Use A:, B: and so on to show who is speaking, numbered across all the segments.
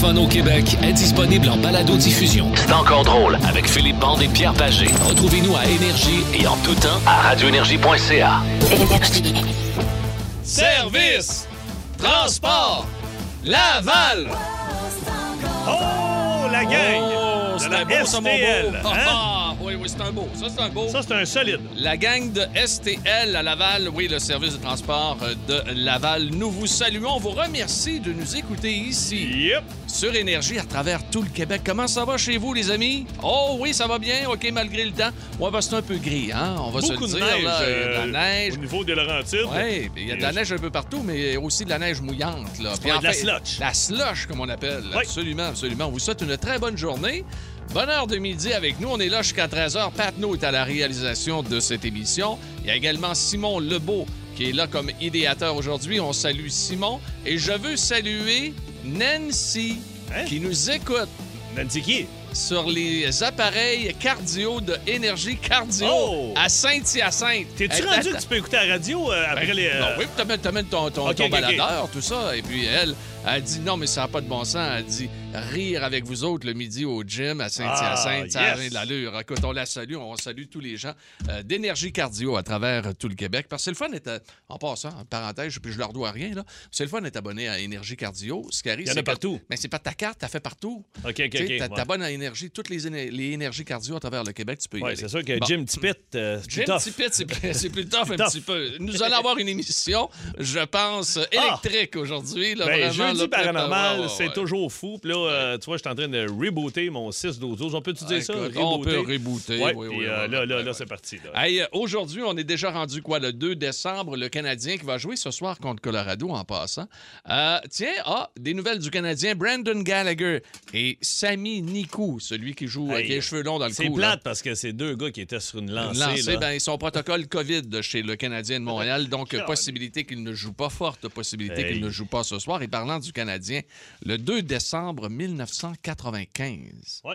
A: fun au Québec est disponible en balado-diffusion. C'est encore drôle avec Philippe Bande et Pierre Pagé. Retrouvez-nous à Énergie et en tout temps à radioénergie.ca.
B: Service, transport, Laval.
C: Oh, la gang!
B: Oh,
C: de
B: c'est
C: la
B: un beau, ça, mon
C: STL,
B: beau.
C: hein?
B: Ah, oui, oui, c'est un beau. Ça, c'est un beau.
C: Ça, c'est un solide.
B: La gang de STL à Laval, oui, le service de transport euh, de Laval, nous vous saluons, on vous remercie de nous écouter ici,
C: Yep.
B: sur Énergie, à travers tout le Québec. Comment ça va chez vous, les amis? Oh oui, ça va bien, OK, malgré le temps. Ouais, bah, c'est un peu gris, hein, on va
C: Beaucoup de
B: se le
C: neige.
B: dire. là, il y a de la
C: euh,
B: neige.
C: Au niveau des Laurentides.
B: Oui, il y a de la neige un peu partout, mais aussi de la neige mouillante. Là. Puis
C: Ouais,
B: en
C: de la
B: fait,
C: slush.
B: La slush, comme on appelle.
C: Oui.
B: Absolument, absolument. On vous souhaite une très bonne journée. Bonne heure de midi avec nous. On est là jusqu'à 13h. Pat Naud est à la réalisation de cette émission. Il y a également Simon Lebeau qui est là comme idéateur aujourd'hui. On salue Simon. Et je veux saluer Nancy
C: Hein?
B: qui nous écoute
C: Nancy qui?
B: sur les appareils cardio de Énergie Cardio
C: Oh!
B: à Saint-Hyacinthe.
C: T'es-tu
B: Elle
C: rendu
B: t'attend-
C: que tu peux écouter la radio euh, après les. euh,
B: ben, non, oui, t'amènes, t'amènes ton, ton,
C: Ok,
B: ton
C: ok, ok.
B: baladeur, tout ça. Et puis elle, elle dit non, mais ça n'a pas de bon sens. Elle dit rire avec vous autres le midi au gym à Saint-Hyacinthe,
C: Ah,
B: ça a
C: yes.
B: rien de l'allure. Écoute, on la salue, on salue tous les gens euh, d'énergie cardio à travers tout le Québec. Parce que c'est le fun d'être, euh, en passant, en parenthèse, puis je leur dois rien, là. C'est le fun d'être abonné à Énergie Cardio. Ce qui arrive,
C: Il y en a
B: c'est que-
C: partout.
B: Mais c'est pas ta carte, t'as fait partout.
C: OK, OK, OK.
B: Tu sais, t'a-
C: ouais.
B: T'abonnes à Énergie, toutes les, éner- les énergies cardio à travers le Québec, tu peux y
C: Ouais,
B: aller.
C: c'est sûr que
B: Bon.
C: Jim Tippett, euh, c'est
B: Jim
C: plus tough.
B: Tippett, c'est plus, c'est plus tough un
C: Tough.
B: petit peu. Nous allons avoir une émission, je pense, électrique aujourd'hui. là,
C: Ah! Ben,
B: vraiment,
C: jeudi
B: là,
C: paranormal,
B: ouais, ouais,
C: c'est
B: ouais.
C: toujours fou. Puis là, euh, tu vois, je suis en train de rebooter mon 6 12 On peut-tu dire
B: Ah,
C: ça?
B: écoute, on peut rebooter,
C: Ouais,
B: oui,
C: puis,
B: oui,
C: euh,
B: oui,
C: là,
B: oui,
C: là,
B: oui,
C: là
B: oui.
C: c'est parti. là.
B: Hey, euh, aujourd'hui, on est déjà rendu quoi, le 2 décembre, le Canadien qui va jouer ce soir contre Colorado en passant. Euh, tiens, ah, des nouvelles du Canadien, Brandon Gallagher et Sami Nikou, celui qui joue
C: Hey,
B: avec les cheveux longs dans le
C: C'est
B: cou. là.
C: plate parce que c'est deux gars qui étaient sur une lancée.
B: Lancé,
C: là.
B: ben, ils sont au protocole COVID de chez le Canadien de Montréal, donc
C: Calme.
B: possibilité qu'il ne joue pas, forte possibilité
C: Hey.
B: qu'il ne joue pas ce soir. Et parlant du Canadien, le 2 décembre 1995,
C: Ouais.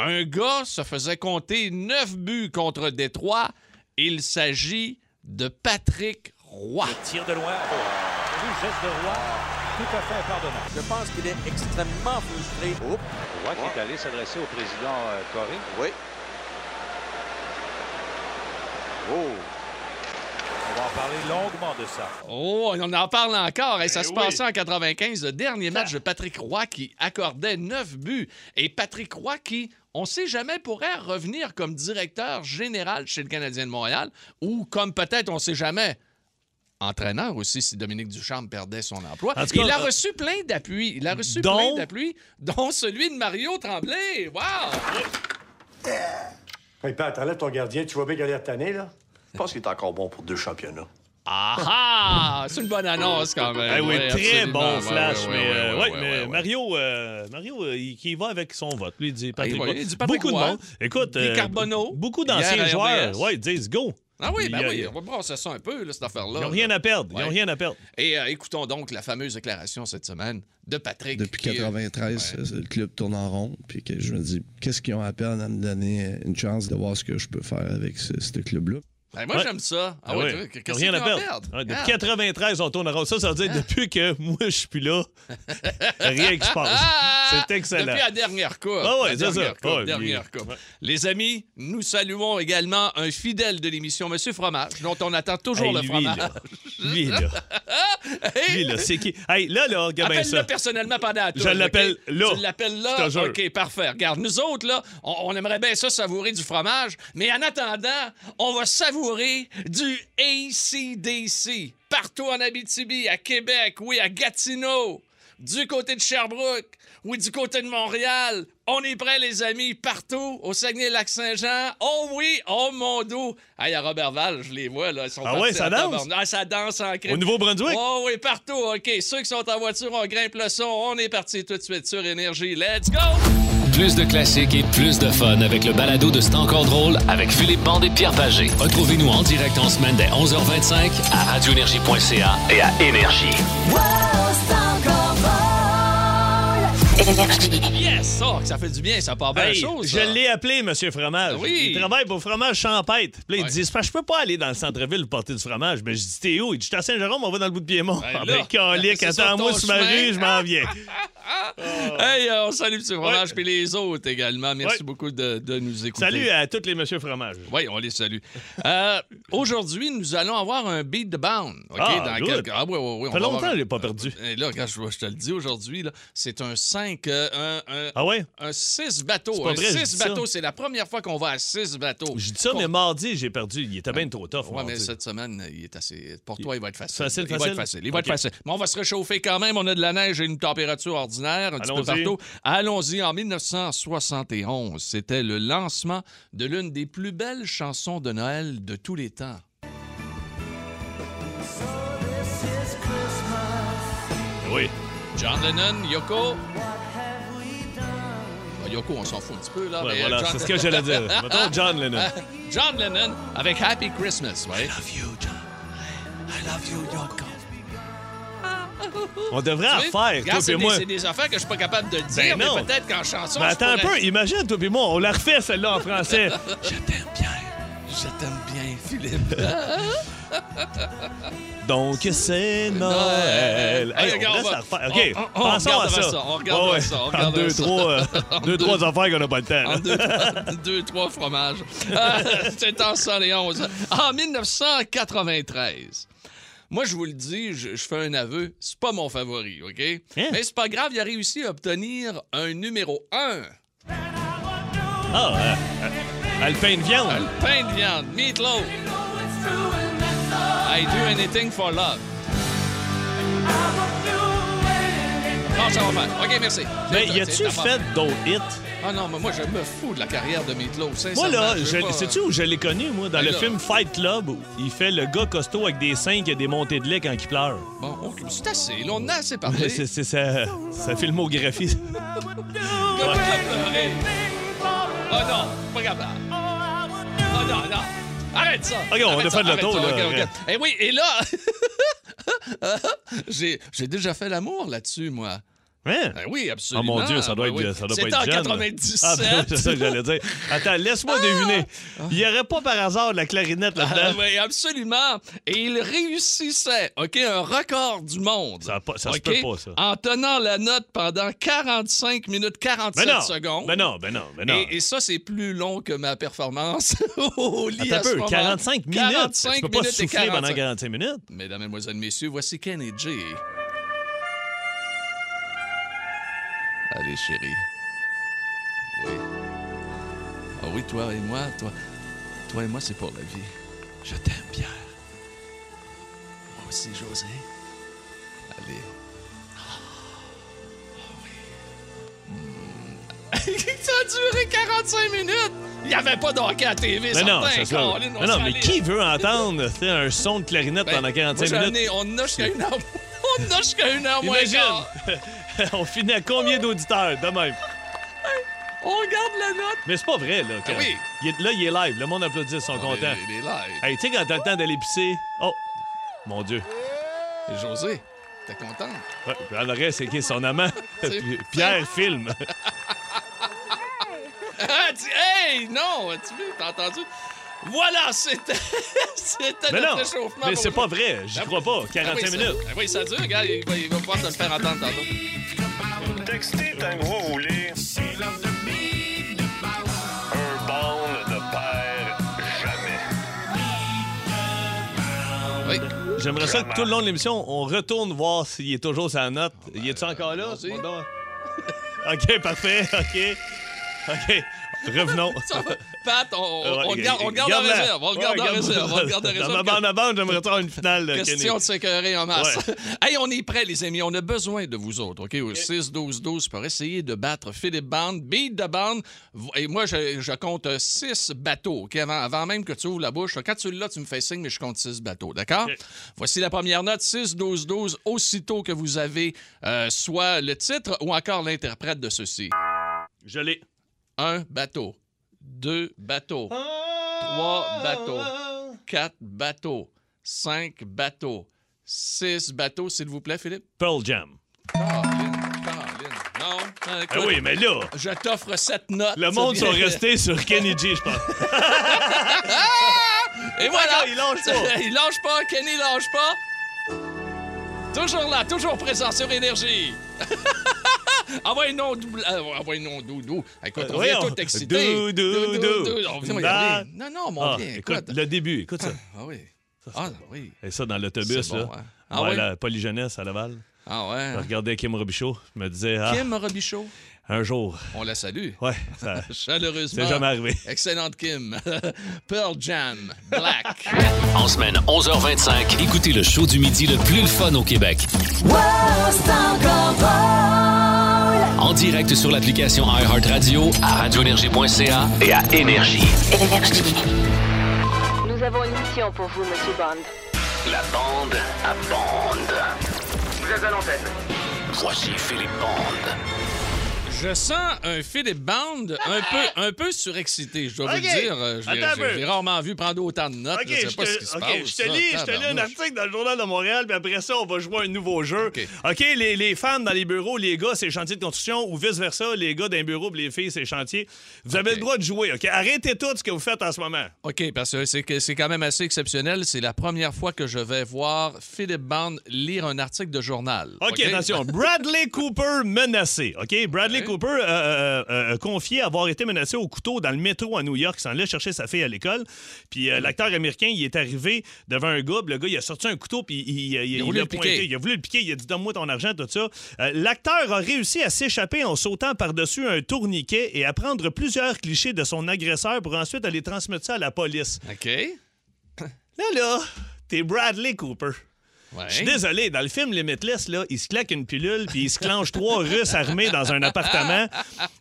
B: un gars se faisait compter 9 buts contre Détroit. Il s'agit de Patrick Roy.
D: Tire de loin. Oh, Geste de Roy, tout à fait impardonnable.
E: Je pense qu'il est extrêmement frustré.
F: Roy Oh. qui est allé s'adresser au président euh, Coré.
E: Oui. Oh.
D: On va en parler longuement de ça.
B: Oh, on en parle encore. Et ça
C: Ben
B: se
C: oui. Ah.
B: passait en 95, le dernier match de Patrick Roy qui accordait 9 buts. Et Patrick Roy qui, on sait jamais, pourrait revenir comme directeur général chez le Canadien de Montréal ou comme peut-être, on sait jamais, entraîneur aussi si Dominique Duchamp perdait son emploi.
C: En tout cas,
B: il a
C: euh,
B: reçu plein d'appui. Il a reçu
C: dont-
B: plein d'appui, dont celui de Mario Tremblay. Wow!
G: Hey Pat, enlève ton gardien, tu vas bien galère tanner, là?
H: Je pense qu'il est encore bon pour deux championnats.
B: Ah ah! C'est une bonne annonce quand même.
C: Ah oui,
B: Ouais,
C: très
B: absolument.
C: bon
B: Ouais,
C: flash.
B: ouais,
C: mais
B: ouais,
C: euh,
B: ouais,
C: ouais,
B: ouais,
C: mais
B: ouais, ouais.
C: Mario, euh, Mario euh, il, qui va avec son vote. Lui, il dit Patrick.
B: Ah, il va-
C: Roy.
B: il dit Patrick
C: beaucoup de
B: Roy.
C: monde. Écoute, euh,
B: Guy Carbonneau,
C: beaucoup
B: hier
C: d'anciens
B: à
C: joueurs
B: RDS.
C: ouais, ils disent go.
B: Ah oui, ben
C: Il y a-
B: oui, on va brasser ça un peu, Ah, là, cette affaire-là.
C: Ils n'ont rien à perdre. Ils
B: Ouais.
C: n'ont rien à perdre.
B: Et euh, écoutons donc la fameuse déclaration cette semaine de Patrick.
I: Depuis
B: qui, euh,
I: 93, euh, le club tourne en rond. Puis que je me dis, qu'est-ce qu'ils ont à perdre à me donner euh, une chance de voir ce que je peux faire avec ce, ce club-là?
B: ben, moi,
C: Ouais.
B: j'aime ça. Ah
C: Ah
B: ouais,
C: oui,
B: tu-
C: ils
B: qu'est-ce
C: n'ont rien
B: qu'ils
C: à
B: en
C: perdre.
B: perdent?
C: Ouais, depuis
B: Ah.
C: 93, on tourne en rond. Ça, ça veut dire depuis que moi, je suis là, rien qui se passe.
B: Ah!
C: C'est excellent.
B: Depuis la dernière coupe.
C: Ah ouais,
B: La
C: c'est ça.
B: dernière coupe,
C: Ouais,
B: dernière
C: puis-
B: coupe.
C: ouais.
B: Les amis, nous saluons également un fidèle de l'émission, Monsieur Fromage, dont on attend toujours
C: Hey,
B: le
C: lui,
B: fromage.
C: là. Lui, là.
B: Hey!
C: Lui, là. C'est qui? Hey, là, là, regarde bien
B: Appelle-le
C: ça.
B: personnellement pendant la tour,
C: Je l'appelle
B: OK?
C: là.
B: Tu l'appelles
C: Je
B: là?
C: te jure.
B: OK, parfait. Regarde, nous autres, là, on, on aimerait bien ça savourer du fromage, mais en attendant, on va savourer du ACDC. Partout en Abitibi, à Québec, oui, à Gatineau, du côté de Sherbrooke, oui, du côté de Montréal. On est prêts, les amis, partout, au Saguenay-Lac-Saint-Jean. Oh oui, oh mon dos. Hey, à Robert je les vois, là. Ils sont
C: Ah
B: partis
C: ouais, ça
B: en
C: danse?
B: tabarnak. Ah, ça danse en crime.
C: Au Nouveau-Brunswick?
B: Oh oui, partout. OK, ceux qui sont en voiture, on grimpe le son. On est parti tout de suite sur Énergie. Let's go!
A: Plus de classiques et plus de fun avec le balado de C'est encore drôle avec Philippe Bande et Pierre Pagé. Retrouvez-nous en direct en semaine dès 11h25 à radioénergie.ca et à Énergie.
B: Yes! Ça, ça fait du bien, ça part bien
C: Hey,
B: chose.
C: je
B: ça.
C: l'ai appelé, Monsieur Fromage.
B: Oui.
C: Il travaille pour Fromage Champêtre. Puis là, il
B: Ouais.
C: dit Je peux pas aller dans le centre-ville porter du fromage. Mais je dis T'es où Il dit Je suis à Saint-Jérôme, on va dans le bout de Piémont.
B: Hey,
C: ah,
B: là.
C: ben, calique,
B: C'est sur
C: attends-moi
B: ton
C: sur ma
B: chemin. Ah!
C: rue, je m'en viens.
B: hey, euh, on salue Petit Fromage,
C: Ouais.
B: puis les autres également. Merci
C: Ouais.
B: beaucoup de, de nous écouter.
C: Salut euh. à tous les Monsieur Fromage.
B: Oui, on les salue. Euh, Aujourd'hui, nous allons avoir un beat the bound. OK?
C: Ah,
B: dans
C: good.
B: quelques- Ah, oui, oui, oui.
C: Ça fait
B: on va avoir
C: longtemps
B: un-
C: que j'ai pas perdu.
B: Et là, quand je, je te le dis aujourd'hui, là, c'est un 5, un,
C: Ah ouais?
B: 6 bateaux.
C: C'est pas
B: Un
C: vrai, je
B: 6
C: dis ça.
B: bateaux, c'est la première fois qu'on va à 6 bateaux.
C: Je dis ça, mais mardi, j'ai perdu. Il était bien trop tough.
B: Ouais, mais
C: mardi.
B: cette semaine, il est assez. Pour toi, il va être facile.
C: Facile,
B: il va
C: facile?
B: être facile. Il va
C: OK.
B: être facile. Mais on va se réchauffer quand même. On a de la neige et une température ordinaire un petit peu
C: Allons-y.
B: partout. Allons-y. En 1971, c'était le lancement de l'une des plus belles chansons de Noël de tous les temps.
C: Oui.
B: John Lennon, Yoko. Ah, Yoko, on s'en fout un petit peu, là.
C: Ouais,
B: mais, euh,
C: voilà,
B: John-
C: c'est ce que j'allais dire. Mettons John Lennon.
B: John Lennon avec Happy Christmas, ouais.
C: On devrait
B: Tu
C: en
B: sais,
C: faire, toi
B: regarde, c'est
C: et
B: des-
C: moi. Ben
B: C'est des affaires que je suis pas capable de dire,
C: non.
B: mais peut-être qu'en chanson.
C: Mais
B: je
C: attends un
B: pourrais-
C: peu, imagine, toi et moi, on la refait celle-là en français.
B: Je t'aime bien. Je t'aime bien, Philippe.
C: Donc c'est Noël.
B: Hey,
C: Hey, on
B: regarde,
C: laisse
B: on va-
C: la refaire. OK,
B: on- on- on
C: pensons à
B: regardera
C: ça.
B: ça, on regardera ça, on
C: entre
B: regardera
C: deux,
B: ça.
C: trois, euh, deux,
B: Deux-
C: trois affaires qu'on n'a pas le temps.
B: En
C: là.
B: deux, deux, trois fromages. Euh, C'est en 111. En 1993. Moi, je vous le dis, je, je fais un aveu, c'est pas mon favori, OK?
C: Hein?
B: Mais c'est pas grave, il a réussi à obtenir un numéro 1.
C: Ah, euh, euh, Alpin de viande.
B: Le pain de viande, meatloaf. I do anything for love. Non, ça va faire. OK, merci.
C: Mais Ben, y
B: C'est- c'est
C: a-tu
B: ta part.
C: fait d'autres hits?
B: Ah non, mais moi, je me fous de la carrière de Meatloaf,
C: Moi,
B: sincèrement.
C: là,
B: je veux pas- hein.
C: je- sais-tu où je l'ai connu, moi? Dans
B: Ben
C: le
B: là.
C: film Fight Club, où il fait le gars costaud avec des seins qui a des montées de lait quand il pleure.
B: Bon, on- c'est assez, là, on en a assez parlé.
C: C'est c'est sa, sa filmographie.
B: Le peuple a pleuré. Oh non, pas capable. Oh non, non. Arrête ça.
C: Ok, on
B: Arrête
C: a
B: ça,
C: fait le
B: arrête
C: tour,
B: ça,
C: là.
B: ok, ok. Eh oui, et là, j'ai j'ai déjà fait l'amour là-dessus, moi.
C: Hein?
B: Ben oui,
C: Ah
B: absolument.
C: mon Dieu, ça doit
B: Ben
C: être,
B: oui.
C: ça doit pas
B: C'était
C: être jeune.
B: en 97.
C: Ah, ben, c'est ça que j'allais dire. Attends, laisse-moi deviner. Il n'y aurait pas par hasard de la clarinette
B: Ah,
C: là-dedans?
B: oui, absolument. Et il réussissait, OK, un record du monde.
C: Ça a pas- ça se
B: OK?
C: peut pas, ça.
B: En tenant la note pendant 45 minutes 47
C: Ben non,
B: secondes.
C: ben non, ben non, ben non.
B: Et, et ça, c'est plus long que ma performance au lit
C: Attends
B: à
C: un
B: ce
C: peu,
B: moment.
C: 45 minutes.
B: 45
C: tu peux pas
B: minutes et
C: souffler
B: 45.
C: pendant 45 minutes.
B: Mesdames, Mesdemoiselles, Messieurs, voici Ken et Jay. Allez, chérie. Oui. Ah oui, toi et moi, toi, toi et moi, c'est pour la vie. Je t'aime, Pierre. Moi aussi, José. Allez. Ah oui. Mm. Ça a duré 45 minutes! Il n'y avait pas d'hockey à TV,
C: Mais Ben non,
B: certain,
C: c'est ça.
B: Colin, on
C: Mais non,
B: s'en
C: mais
B: allait.
C: qui veut entendre tu sais, un son de clarinette
B: Ben,
C: pendant
B: moi,
C: 45
B: j'en
C: minutes?
B: ai- on en a jusqu'à une heure. On en a jusqu'à une heure moins
C: Imagine!
B: quart.
C: On finit à combien d'auditeurs de même?
B: On garde la note. Ah
C: Mais c'est pas vrai, là. quand-
B: oui. Ah,
C: Il est- là, il est live. Le monde applaudit, ils sont contents.
B: Il est live.
C: Hey, tu sais, quand t'as le temps d'aller pisser. Oh! Mon Dieu.
B: Et José, t'es content?
C: Ouais, En aurait, c'est qui? Son amant?
B: C'est-
C: Puis Pierre filme.
B: Ah, dis- hey, non, tu veux, t'as entendu? Voilà, c'était c'était
C: Mais
B: notre
C: non!
B: réchauffement.
C: Mais
B: pour
C: c'est pas
B: aujourd'hui.
C: vrai. J'y
B: Ah,
C: crois pas.
B: Ah oui,
C: 45
B: ça-
C: minutes.
B: ah oui, ça dure. Regarde, il va, il va pouvoir te le faire entendre tantôt.
J: Textez tant que vous voulez. Un bond de père jamais.
B: Oui.
C: J'aimerais ça que tout le long de l'émission, on retourne voir s'il est toujours sa note.
B: Ah,
C: il est-tu
B: ben,
C: encore là?
B: allons-y.
C: Bon, donc. OK, parfait. OK. OK. Revenons.
B: Ça va. Pat,
C: Ouais,
B: on, on, on le garde, on le garde en
C: garde-la.
B: réserve. On le garde
C: Ouais,
B: en
C: garde-la.
B: réserve. On le garde en réserve.
C: Dans ma bande à bande, j'aimerais avoir une finale. là,
B: Question de
C: Kenny.
B: s'écœurer en masse.
C: Ouais.
B: hey, on est prêts, les amis. On a besoin de vous autres, OK? Au 6-12-12 pour essayer de battre Philippe Bande, beat de bande. Et moi, je, je compte 6 bateaux, OK? Avant, avant même que tu ouvres la bouche. Quand tu l'as, tu me fais signe, mais je compte 6 bateaux, d'accord?
C: OK.
B: Voici la première note, 6-12-12. Aussitôt que vous avez euh, soit le titre ou encore l'interprète de ceci.
C: Je l'ai.
B: Un bateau, deux bateaux, trois bateaux, quatre bateaux, cinq bateaux, six bateaux, s'il vous plaît, Philippe.
C: Pearl Jam.
B: Caroline, Caroline. Non? euh,
C: Ah
B: écoute,
C: oui, mais là,
B: Je t'offre cette note.
C: le monde sont restés sur Kenny G, je pense.
B: Et
C: D'accord, Ah,
B: voilà!
C: il lâche pas.
B: il lâche pas, Kenny lâche pas. Toujours là, toujours présent sur Énergie. Envoyez-nous un double. euh, Envoyez-nous un doudou. Écoute, on
C: Ouais,
B: vient
C: on-
B: tout excité.
C: Euh, Doudou, doudou.
B: On vient
C: Bah.
B: regarder. Non, non, mon
C: Ah,
B: bien,
C: écoute,
B: écoute.
C: le début, écoute ça.
B: Ah oui. Ah oui.
C: Et ça, dans l'autobus,
B: C'est bon,
C: là.
B: hein? Ah
C: ouais,
B: ouais?
C: la polyjeunesse à Laval.
B: Ah
C: Je
B: ouais.
C: regardais Kim Robichaud. Je me disais, ah,
B: Kim Robichaud,
C: un jour.
B: on la salue.
C: Ouais, ça.
B: Chaleureusement.
C: C'est jamais arrivé.
B: Excellente Kim. Pearl Jam. Black.
A: En semaine 11h25, écoutez le show du midi le plus le fun au Québec. En direct sur l'application iHeartRadio, à radioénergie.ca et à Énergie.
K: Nous avons une mission pour vous, Monsieur Bond.
A: La bande à bande. Vous êtes à l'antenne. Voici Philippe Bande.
B: Je sens un Philippe Band un peu, un peu surexcité, je dois
C: Ok.
B: vous le dire. Euh, je l'ai-
C: Attends un
B: j'ai-
C: peu.
B: J'ai rarement vu prendre autant de notes.
C: OK,
B: je
C: je
B: sais pas ce qui
C: te,
B: se
C: ok,
B: passe.
C: je te lis, je te lis un
B: tabarnouche.
C: article dans le Journal de Montréal, puis après ça, on va jouer à un nouveau jeu.
B: OK.
C: OK, les, les femmes dans les bureaux, les gars, c'est chantier de construction, ou vice-versa, les gars dans les bureaux, puis les filles, c'est chantier. Vous avez le droit de jouer, OK? Arrêtez tout ce que vous faites en ce moment.
B: OK, parce que c'est, que c'est quand même assez exceptionnel. C'est la première fois que je vais voir Philippe Band lire un article de journal.
C: OK, attention. Bradley Cooper menacé. OK, Bradley
B: Ouais.
C: Cooper euh, euh, euh, confié avoir été menacé au couteau dans le métro à New York. Il s'en allait chercher sa fille à l'école. Puis euh,
B: Mm.
C: l'acteur américain, il est arrivé devant un gars. puis Le gars, il a sorti un couteau, puis il, il- il-
B: a voulu
C: il l'a
B: le
C: pointé.
B: piquer.
C: Il a voulu le piquer. Il a dit Donne-moi ton argent, tout ça. Euh, l'acteur a réussi à s'échapper en sautant par-dessus un tourniquet et à prendre plusieurs clichés de son agresseur pour ensuite aller transmettre ça à la police.
B: OK. Ouais.
C: Là, là, t'es Bradley Cooper. Je suis désolé, dans le film Limitless, là, il se claque une pilule puis il se clenche trois Russes armés dans un appartement.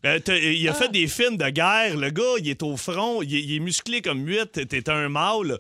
C: Euh, t'as- il a fait des films de guerre. Le gars, il est au front, il est, il est musclé comme huit, t'es un mâle.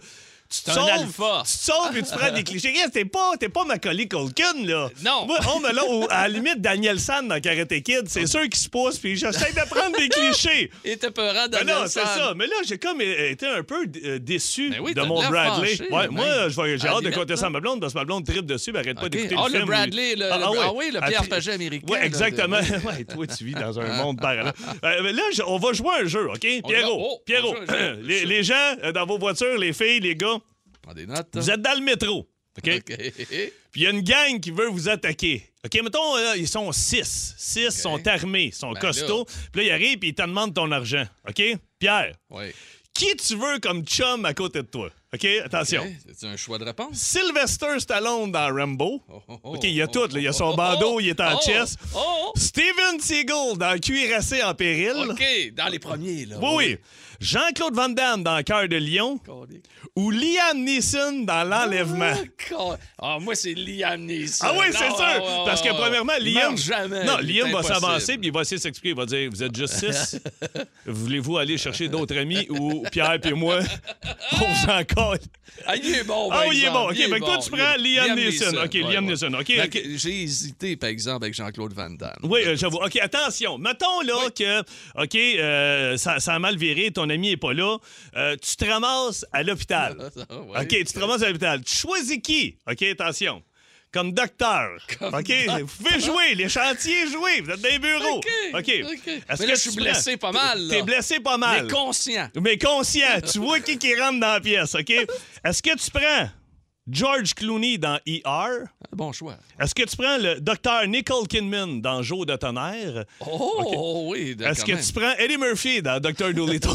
C: Tu te
B: un alpha.
C: sauves, tu te sauves et tu prends des clichés. Regarde, T'es pas, t'es pas Macaulay Culkin, là.
B: Non.
C: Moi, on me l'a au- à la limite Daniel San dans Karate Kid. C'est sûr qu'il se pousse puis j'essaie de prendre des clichés.
B: Il était peurant dans
C: Ben non,
B: le
C: c'est
B: sale.
C: ça. Mais là, j'ai comme euh, été un peu euh, déçu
B: Ben oui,
C: de
B: t'as
C: mon
B: l'air
C: Bradley.
B: fâché,
C: ouais,
B: même.
C: moi, je vais- j'ai
B: À la
C: hâte de
B: limite,
C: compter ça à
B: hein.
C: ma blonde parce que ma blonde tripe dessus, mais arrête pas
B: Ok.
C: d'écouter
B: Ah,
C: le
B: le
C: film.
B: Bradley, le- le- ah oui, le
C: Ah,
B: Pierre
C: puis-
B: Paget américain,
C: Ouais,
B: là,
C: exactement.
B: de- Ah.
C: ouais, toi, tu vis dans un monde parallèle. Euh, mais là, je- on va jouer à un jeu, OK?
B: On
C: Pierrot,
B: va- oh,
C: Pierrot,
B: on joue à un jeu.
C: les, les gens euh, dans vos voitures, les filles, les gars,
B: Prends des notes.
C: vous êtes dans le métro, OK?
B: OK.
C: Puis il y a une gang qui veut vous attaquer. OK, mettons, euh, ils sont six. Six sont armés, ils sont
B: Ben
C: costauds. Puis là, ils arrivent puis ils te demandent ton argent, OK? Pierre,
B: Ouais.
C: qui tu veux comme chum à côté de toi. OK? Attention.
B: OK. C'est Hein, un choix de réponse.
C: Sylvester Stallone dans Rambo.
B: Oh, oh, oh,
C: OK, il y a
B: oh,
C: tout. là. Il y a son
B: oh,
C: bandeau,
B: oh,
C: il est en
B: oh,
C: chess.
B: Oh, oh.
C: Steven Seagal dans Cuirassé en péril.
B: OK, dans Ah, les premiers, là.
C: Oui, oui. Jean-Claude Van Damme dans Cœur de Lion.
B: oui.
C: Ou Liam Neeson dans L'Enlèvement.
B: Ah, ah, moi, c'est Liam Neeson.
C: Ah oui, c'est
B: Non,
C: sûr!
B: ah, ah,
C: Parce que
B: ah,
C: premièrement,
B: il
C: Liam.
B: meurt jamais.
C: non,
B: il est
C: Liam va
B: impossible.
C: s'avancer puis il va essayer de s'expliquer. Il va dire Vous êtes juste six. Voulez-vous aller chercher d'autres amis ou Pierre et moi? On vous en colle.
B: Ah, il est bon, par
C: Ah oui, il est
B: exemple.
C: bon. OK, fait que toi, tu prends
B: il est-
C: Liam Neeson. OK,
B: Ouais,
C: Liam
B: ouais.
C: Neeson. OK,
B: Fait
C: OK.
B: que J'ai hésité, par exemple, avec Jean-Claude Van Damme.
C: Oui, euh, j'avoue. OK, attention. Mettons là que, OK, euh, ça, ça a mal viré, ton ami est pas là. Euh, tu te ramasses à l'hôpital.
B: Ah, ouais.
C: OK, tu te ramasses à l'hôpital. Tu choisis qui? OK, attention. Comme docteur. OK, vous pouvez jouer. Les chantiers, jouez. Vous êtes dans les bureaux.
B: OK, OK.
C: Est-ce
B: Mais
C: que
B: là, je suis
C: tu te
B: blessé
C: prends-
B: pas mal, là.
C: T'es blessé pas mal.
B: Mais conscient.
C: Mais conscient, tu vois qui qui rentre dans la pièce, OK? Est-ce que tu prends George Clooney dans ER?
B: Ah, Bon choix.
C: Est-ce que tu prends le docteur Nicole Kidman dans Jour de tonnerre?
B: Oh, oh, oui, d'accord.
C: Est-ce que tu prends Eddie Murphy dans Doctor Dolittle?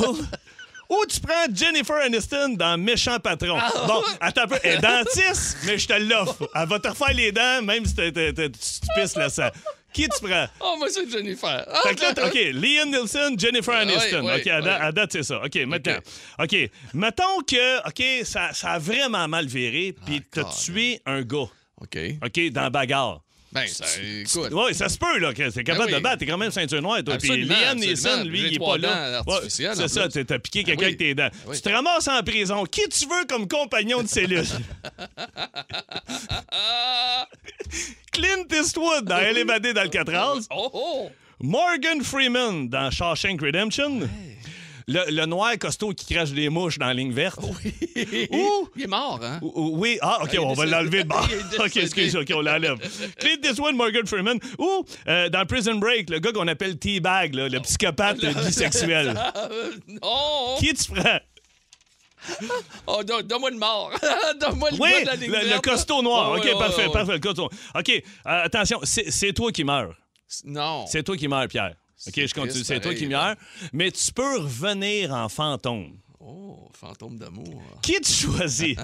C: Ou tu prends Jennifer Aniston dans Méchant Patron.
B: Ah,
C: Bon, attends un peu. Elle est dentiste, mais je te l'offre. Elle va te refaire les dents, même si t'es- t'es- t'es- tu tu pisses le sang. Qui tu prends?
B: Oh, moi, c'est Jennifer. Ah,
C: Fait que là, t'as- OK, Liam Nielsen, Jennifer
B: Ouais,
C: Aniston.
B: ouais,
C: OK, à, da-
B: ouais.
C: à date, c'est ça. OK, maintenant. OK, mettons que, OK, ça, ça a vraiment mal viré, puis t'as
B: Ah, God.
C: tué un gars,
B: OK.
C: OK, dans bagarre.
B: Ben, ça, écoute.
C: Oui, ça se peut, là, que t'es capable
B: Ben oui.
C: de battre. T'es quand même ceinture noire, toi. Puis
B: Absolument,
C: Liam
B: absolument.
C: Neeson, lui,
B: J'ai
C: il est
B: trois
C: pas
B: dents
C: là. Ouais,
B: artificielles, en
C: c'est ça,
B: plus.
C: t'as t'as piqué quelqu'un
B: oui.
C: avec tes dents.
B: Ben oui.
C: Tu te ramasses en prison. Qui tu veux comme compagnon de cellule?
B: Ah,
C: Clint Eastwood dans Élévadé d'Alcatraz.
B: oh, oh.
C: Morgan Freeman dans Shawshank Redemption. Le, le noir costaud qui crache des mouches dans la ligne verte.
B: Oh.
C: Ou-
B: Il est mort, hein?
C: Ou- ou- Oui, ah, OK,
B: il est
C: on va
B: décédé.
C: l'enlever de bord.
B: Il est
C: OK,
B: décédé.
C: excusez, OK, on l'enlève. Clint Eastwood, Morgan Freeman. Ou euh, dans Prison Break, le gars qu'on appelle T-Bag, là, le psychopathe bisexuel.
B: Ah. Oh,
C: Qui tu prends?
B: oh, don- donne-moi le mort. donne-moi le
C: Oui,
B: gars de la ligne
C: le, le
B: verte.
C: costaud noir.
B: Ouais,
C: OK,
B: ouais, ouais,
C: parfait,
B: ouais.
C: parfait, le costaud. OK, euh, attention, c'est c'est toi qui meurs.
B: Non.
C: C'est toi qui meurs, Pierre. OK,
B: C'est
C: je continue.
B: triste,
C: C'est toi
B: pareil,
C: qui
B: là.
C: meurs. Mais tu peux revenir en fantôme.
B: Oh, fantôme d'amour.
C: Qui tu choisis?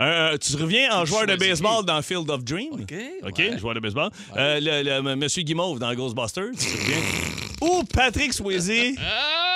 C: Un, euh, tu reviens en
B: Qui
C: joueur de
B: choisis?
C: baseball dans Field of Dream. OK.
B: ouais.
C: joueur de baseball. Euh, le, le- m- Monsieur Guimauve dans Ghostbusters. tu reviens. Ou Patrick Swayze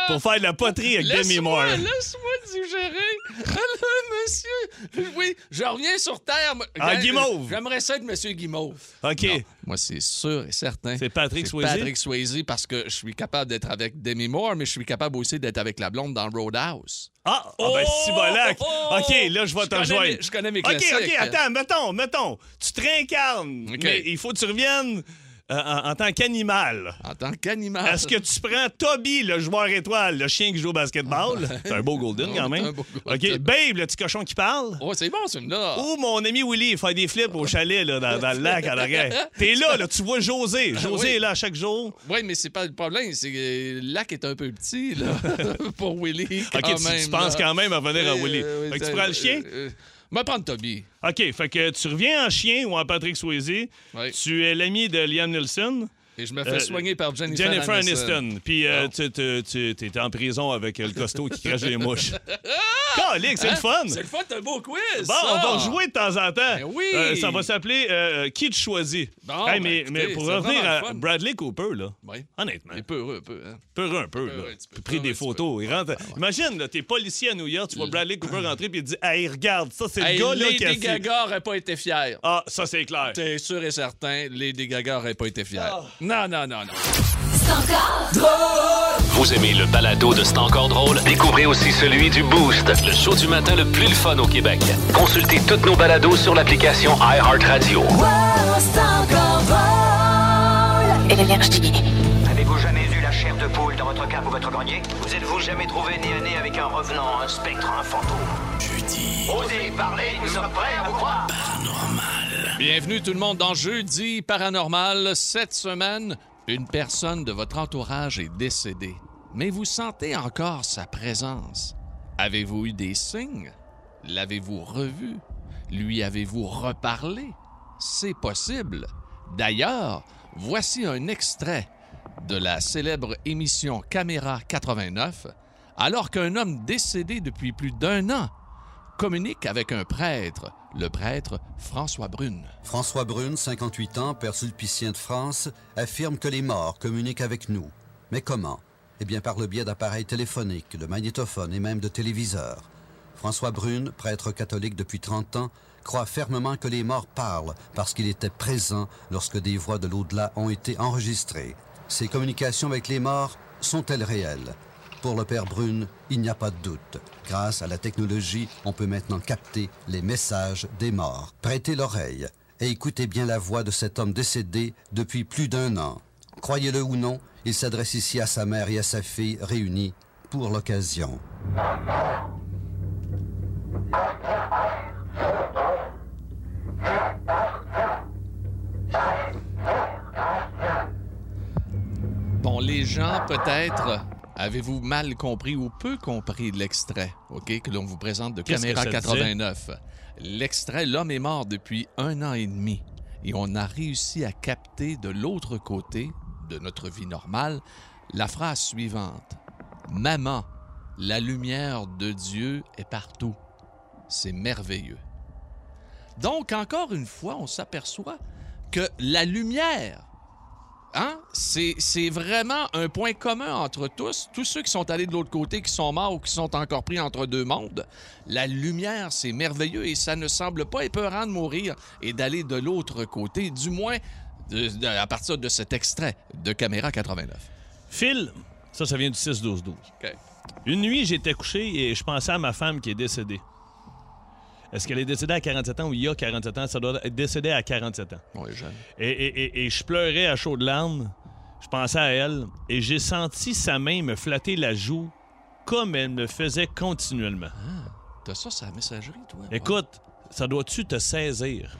C: pour faire de la poterie avec Demi Moore.
B: Ah, Laisse-moi, laisse-moi digérer. Allô, monsieur. Oui, je reviens sur Terre. moi.
C: Ah,
B: Ben,
C: Guimauve.
B: J'aimerais ça être monsieur Guimauve.
C: OK.
B: Moi, c'est sûr et certain.
C: C'est Patrick
B: C'est
C: Swayze.
B: Patrick Swayze parce que je suis capable d'être avec Demi Moore, mais je suis capable aussi d'être avec la blonde dans Roadhouse.
C: Ah, ah ben,
B: Oh!
C: Cibolac.
B: Oh!
C: OK, là, je vais te
B: connais
C: rejoindre.
B: mes- je connais mes
C: OK, OK,
B: classiques.
C: attends, mettons, mettons. Tu te réincarnes,
B: OK.
C: mais il faut que tu reviennes euh, en, en tant qu'animal.
B: En tant qu'animal.
C: Est-ce que tu prends Toby, le joueur étoile, le chien qui joue au basketball? C'est un beau golden quand même.
B: Ah, un beau
C: OK, Babe, le petit cochon qui parle.
B: Oh, c'est bon, ce film-là.
C: Ah. Ou mon ami Willy, il fait des flips au chalet là, dans, dans le lac en arrière. T'es là, là, tu vois José. José
B: Ah Oui.
C: est là à chaque jour.
B: Oui, mais c'est pas le problème, c'est que le lac est un peu petit là, pour Willy. Quand
C: OK, tu- tu
B: même,
C: penses
B: là.
C: quand même à revenir à Willy. Fait que tu
B: ça-
C: prends le chien?
B: euh, euh, moi, prendre Toby.
C: OK, fait que tu reviens en chien ou en Patrick Swayze.
B: Oui.
C: Tu es l'ami de Liam Nelson.
B: Et je me fais soigner par Jennifer Aniston.
C: Euh, Aniston. Puis euh, tu, tu- tu- t'es en prison avec euh, le costaud qui crache les mouches. Calique, c'est le
B: Hein?
C: fun!
B: C'est le fun, t'as un beau quiz!
C: Bon,
B: ça.
C: on va rejouer de temps en temps.
B: Ben oui.
C: Euh, ça va s'appeler euh, Qui tu choisis?
B: Bon,
C: Hey,
B: ben,
C: mais,
B: écoutez,
C: mais pour
B: c'est
C: revenir
B: vraiment
C: à
B: le fun.
C: Bradley Cooper, là,
B: Oui.
C: honnêtement,
B: Il est peureux un peu. Hein?
C: peureux un peu.
B: Ouais,
C: là.
B: ouais, tu peux.
C: pris
B: Ouais,
C: des
B: ouais, tu
C: photos. Il rentre... Imagine, là, t'es policier à New York, tu vois Bradley Cooper rentrer puis il dit Hey, regarde, ça, c'est
B: Hey,
C: le gars là,
B: Lady
C: qui a fait-
B: Gaga aurait pas été fière.
C: Ah, ça, c'est clair.
B: T'es sûr et certain, Lady Gaga aurait pas été fière.
C: Ah.
B: Non, non, non, non.
A: Vous aimez le balado de C'est encore drôle? Découvrez aussi celui du Boost, le show du matin le plus le fun au Québec. Consultez tous nos balados sur l'application iHeartRadio.
L: Avez-vous jamais eu la chair de poule dans votre cave ou votre grenier Vous êtes-vous jamais trouvé nez à nez avec un revenant, un spectre, un fantôme Jeudi. Osez parler, nous sommes prêts à vous croire.
B: Bienvenue tout le monde dans Jeudi Paranormal. Cette semaine, une personne de votre entourage est décédée, mais vous sentez encore sa présence. Avez-vous eu des signes? L'avez-vous revu? Lui avez-vous reparlé? C'est possible. D'ailleurs, voici un extrait de la célèbre émission Caméra 89, alors qu'un homme décédé depuis plus d'un an communique avec un prêtre, le prêtre François Brune.
M: François Brune, 58 ans, père sulpicien de France, affirme que les morts communiquent avec nous. Mais comment Eh bien par le biais d'appareils téléphoniques, de magnétophones et même de téléviseurs. François Brune, prêtre catholique depuis 30 ans, croit fermement que les morts parlent parce qu'il était présent lorsque des voix de l'au-delà ont été enregistrées. Ces communications avec les morts sont-elles réelles pour le père Brune, il n'y a pas de doute. Grâce à la technologie, on peut maintenant capter les messages des morts. Prêtez l'oreille et écoutez bien la voix de cet homme décédé depuis plus d'un an. Croyez-le ou non, il s'adresse ici à sa mère et à sa fille réunies pour l'occasion.
B: Bon, les gens, peut-être, avez-vous mal compris ou peu compris l'extrait, OK, que l'on vous présente de
C: Qu'est-ce que
B: Caméra
C: ça
B: 89. L'extrait L'homme est mort depuis un an et demi et on a réussi à capter de l'autre côté de notre vie normale la phrase suivante. Maman, la lumière de Dieu est partout. C'est merveilleux. Donc, encore une fois, on s'aperçoit que la lumière Hein? C'est c'est vraiment un point commun entre tous. Tous ceux qui sont allés de l'autre côté, qui sont morts ou qui sont encore pris entre deux mondes. La lumière, c'est merveilleux et ça ne semble pas épeurant de mourir et d'aller de l'autre côté, du moins de- de- à partir de cet extrait de Caméra 89.
C: Phil, ça, ça vient du 6-12-12. Une nuit, j'étais couché et je pensais à ma femme qui est décédée. Est-ce qu'elle est décédée à 47 ans ou il y a 47 ans? Ça doit être décédée à 47 ans. Et, et- et- et je pleurais à chaudes larmes. Je pensais à elle et j'ai senti sa main me flatter la joue comme elle me le faisait continuellement.
B: Ah, T'as ça, c'est la messagerie, toi?
C: Écoute, ça doit-tu te saisir?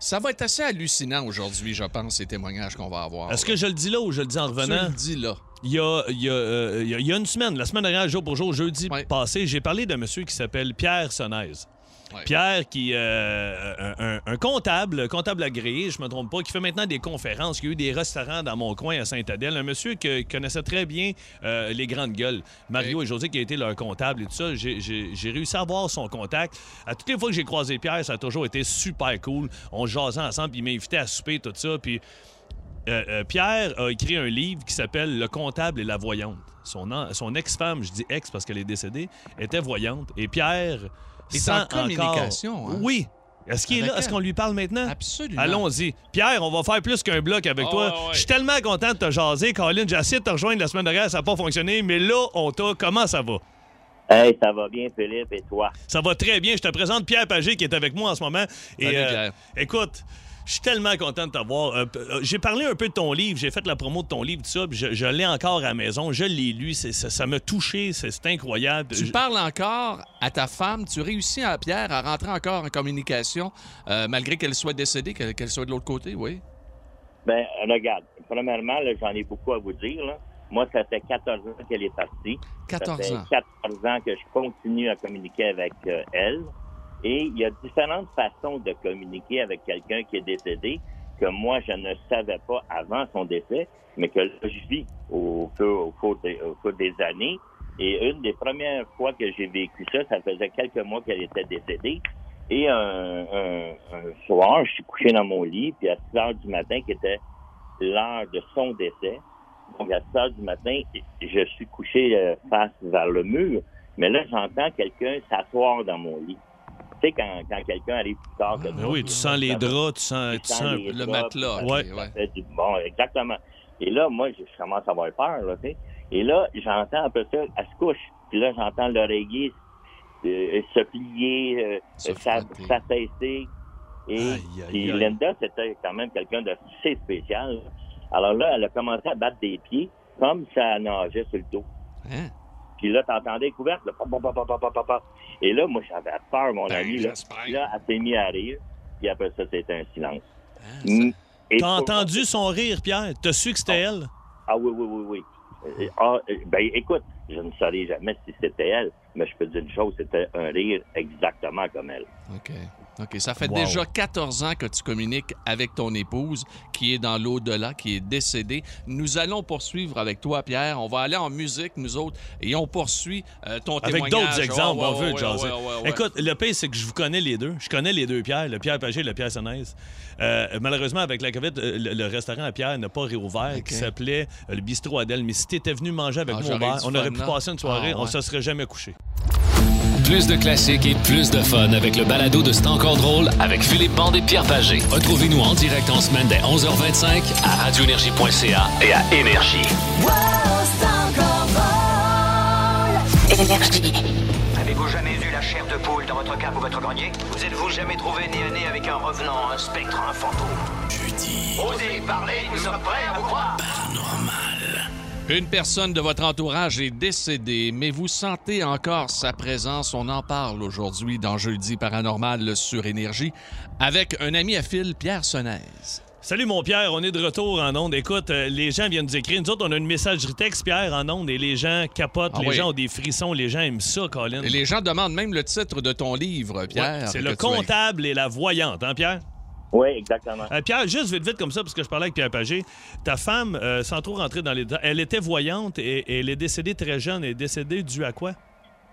B: Ça va être assez hallucinant aujourd'hui, je pense, ces témoignages qu'on va avoir.
C: Est-ce que je le dis là ou je le dis en revenant?
B: Ah le dis là.
C: Il y a, il y a, euh, il y a- il y a une semaine, la semaine dernière, jour pour jour, jeudi passé, j'ai parlé d'un monsieur qui s'appelle Pierre Sonnez. Pierre qui est euh, un, un comptable, comptable agréé, je me trompe pas, qui fait maintenant des conférences, qui a eu des restaurants dans mon coin à Saint-Adèle. Un monsieur que- qui connaissait très bien euh, les grandes gueules. Mario et José, qui a été leur comptable et tout ça, j'ai- j'ai j'ai réussi à avoir son contact. À toutes les fois que j'ai croisé Pierre, ça a toujours été super cool. On jasait ensemble, puis il m'invitait à souper, tout ça. Puis euh, euh, Pierre a écrit un livre qui s'appelle Le comptable et la voyante. Son, an- son ex-femme, je dis ex parce qu'elle est décédée, était voyante. Et Pierre,
B: Il est
C: sans
B: en communication,
C: encore-
B: hein?
C: Oui. Est-ce qu'il est
B: Avec
C: là? Est-ce
B: elle.
C: qu'on lui parle maintenant?
B: Absolument.
C: Allons-y. Pierre, on va faire plus qu'un bloc avec
B: Ah,
C: toi.
B: ouais, ouais.
C: Je suis tellement content de te jaser. Colin, j'ai essayé de te rejoindre la semaine dernière, ça n'a pas fonctionné, mais là, on t'a. Comment ça va?
N: Hey, ça va bien, Philippe, et toi?
C: Ça va très bien. Je te présente Pierre Pagé qui est avec moi en ce moment. Et,
B: Salut,
C: euh,
B: Pierre.
C: écoute, je suis tellement content de t'avoir. Euh, p- euh, j'ai parlé un peu de ton livre, j'ai fait la promo de ton livre, tout ça. puis Je, je l'ai encore à la maison, je l'ai lu, c'est- ça ça m'a touché, c'est c'est incroyable.
B: Tu
C: Je-
B: parles encore à ta femme, tu réussis à Pierre à rentrer encore en communication, euh, malgré qu'elle soit décédée, qu'elle qu'elle soit de l'autre côté, oui.
N: Ben, regarde, premièrement, là, j'en ai beaucoup à vous dire. là. Moi, ça fait 14 ans qu'elle est partie.
B: 14
N: ça fait
B: ans.
N: 14 ans que je continue à communiquer avec euh, elle. Et il y a différentes façons de communiquer avec quelqu'un qui est décédé que moi, je ne savais pas avant son décès, mais que là, je vis au, fur- au cours des, au cours des années. Et une des premières fois que j'ai vécu ça, ça faisait quelques mois qu'elle était décédée. Et un, un- un soir, je suis couché dans mon lit, puis à 6 heures du matin, qui était l'heure de son décès, donc à 6 heures du matin, je suis couché euh, face vers le mur, mais là, j'entends quelqu'un s'asseoir dans mon lit. Tu sais, quand, quand quelqu'un arrive plus tard que
C: Ah oui, tu sens les draps, tu sens, tu sens
N: les
C: le
N: draps,
C: matelas.
N: puis ça-
C: Ouais.
N: ça fait du- Bon, exactement. Et là, moi, je je commence à avoir peur, là, tu sais. Et là, j'entends après ça, elle se couche. Puis là, j'entends l'oreiller euh, se plier, euh, s'a- s'affaisser. Et puis
O: aïe.
N: Linda, c'était quand même quelqu'un de assez spécial. Alors là, elle a commencé à battre des pieds comme ça nageait sur le dos.
B: Hein?
N: Puis là, t'entendais les couvertes, là, pop, pop, pop, pop, pop, pop, pop. Et là, moi, j'avais peur, mon
B: Ben,
N: ami. Là. Puis là, elle s'est mise à rire. Puis après ça, c'était un silence. Mm. Et
C: T'as
N: pour-
C: entendu son rire, Pierre? T'as su que c'était elle?
N: Ah oui, oui, oui, oui. Euh, ah, euh, ben, écoute, je ne saurais jamais si c'était elle, mais je peux te dire une chose, c'était un rire exactement comme elle.
B: OK. OK. Ça fait
N: Wow.
B: déjà 14 ans que tu communiques avec ton épouse qui est dans l'au-delà, qui est décédée. Nous allons poursuivre avec toi, Pierre. On va aller en musique, nous autres, et on poursuit euh, ton
C: Avec
B: témoignage.
C: d'autres exemples,
B: Ouais,
C: on
B: Oh, ouais,
C: veut
B: ouais,
C: jaser.
B: ouais, ouais, ouais.
C: Écoute, le pire, c'est que je vous connais les deux. Je connais les deux Pierre, le Pierre Pagé et le Pierre Sonnez. Euh, malheureusement, avec la COVID, euh, le, le restaurant à Pierre n'a pas réouvert, qui s'appelait euh, le Bistrot Adèle. Mais si t'étais venu manger avec
A: Ah,
C: moi au
A: j'aurais
C: bar,
A: eu du
C: on
A: fun,
C: aurait pu
A: là.
C: passer une soirée,
A: Ah,
C: on
A: ouais.
C: se serait jamais couché.
A: Plus de classiques et plus de fun avec le balado de C'est encore drôle avec Philippe Bande et Pierre Pagé. Retrouvez-nous en direct en semaine dès 11h25 à radioénergie.ca et à Énergie.
L: Avez-vous jamais vu la chair de poule dans votre cave ou votre grenier Vous êtes-vous jamais trouvé nez à nez avec un revenant, un spectre, un fantôme Jeudi. Osez parler, nous sommes prêts à vous croire.
B: Une personne de votre entourage est décédée, mais vous sentez encore sa présence. On en parle aujourd'hui dans Jeudi Paranormal sur Énergie avec un ami à fil, Pierre Sonnez.
C: Salut mon Pierre, on est de retour en onde. Écoute, euh, les gens viennent nous écrire. Nous autres, on a une messagerie texte, Pierre, en onde, et les gens capotent,
B: Ah
C: les
B: oui.
C: gens ont des frissons, les gens aiment ça, Colin.
B: Et les gens demandent même le titre de ton livre, Pierre.
C: Ouais, c'est
B: que
C: le
B: tu as écrit.
C: comptable et la voyante, hein, Pierre?
N: Oui, exactement.
C: Euh, Pierre, juste vite, vite comme ça, parce que je parlais avec Pierre Pagé. Ta femme, euh, sans trop rentrer dans les détails, elle était voyante et, et elle est décédée très jeune. Elle est décédée due à quoi?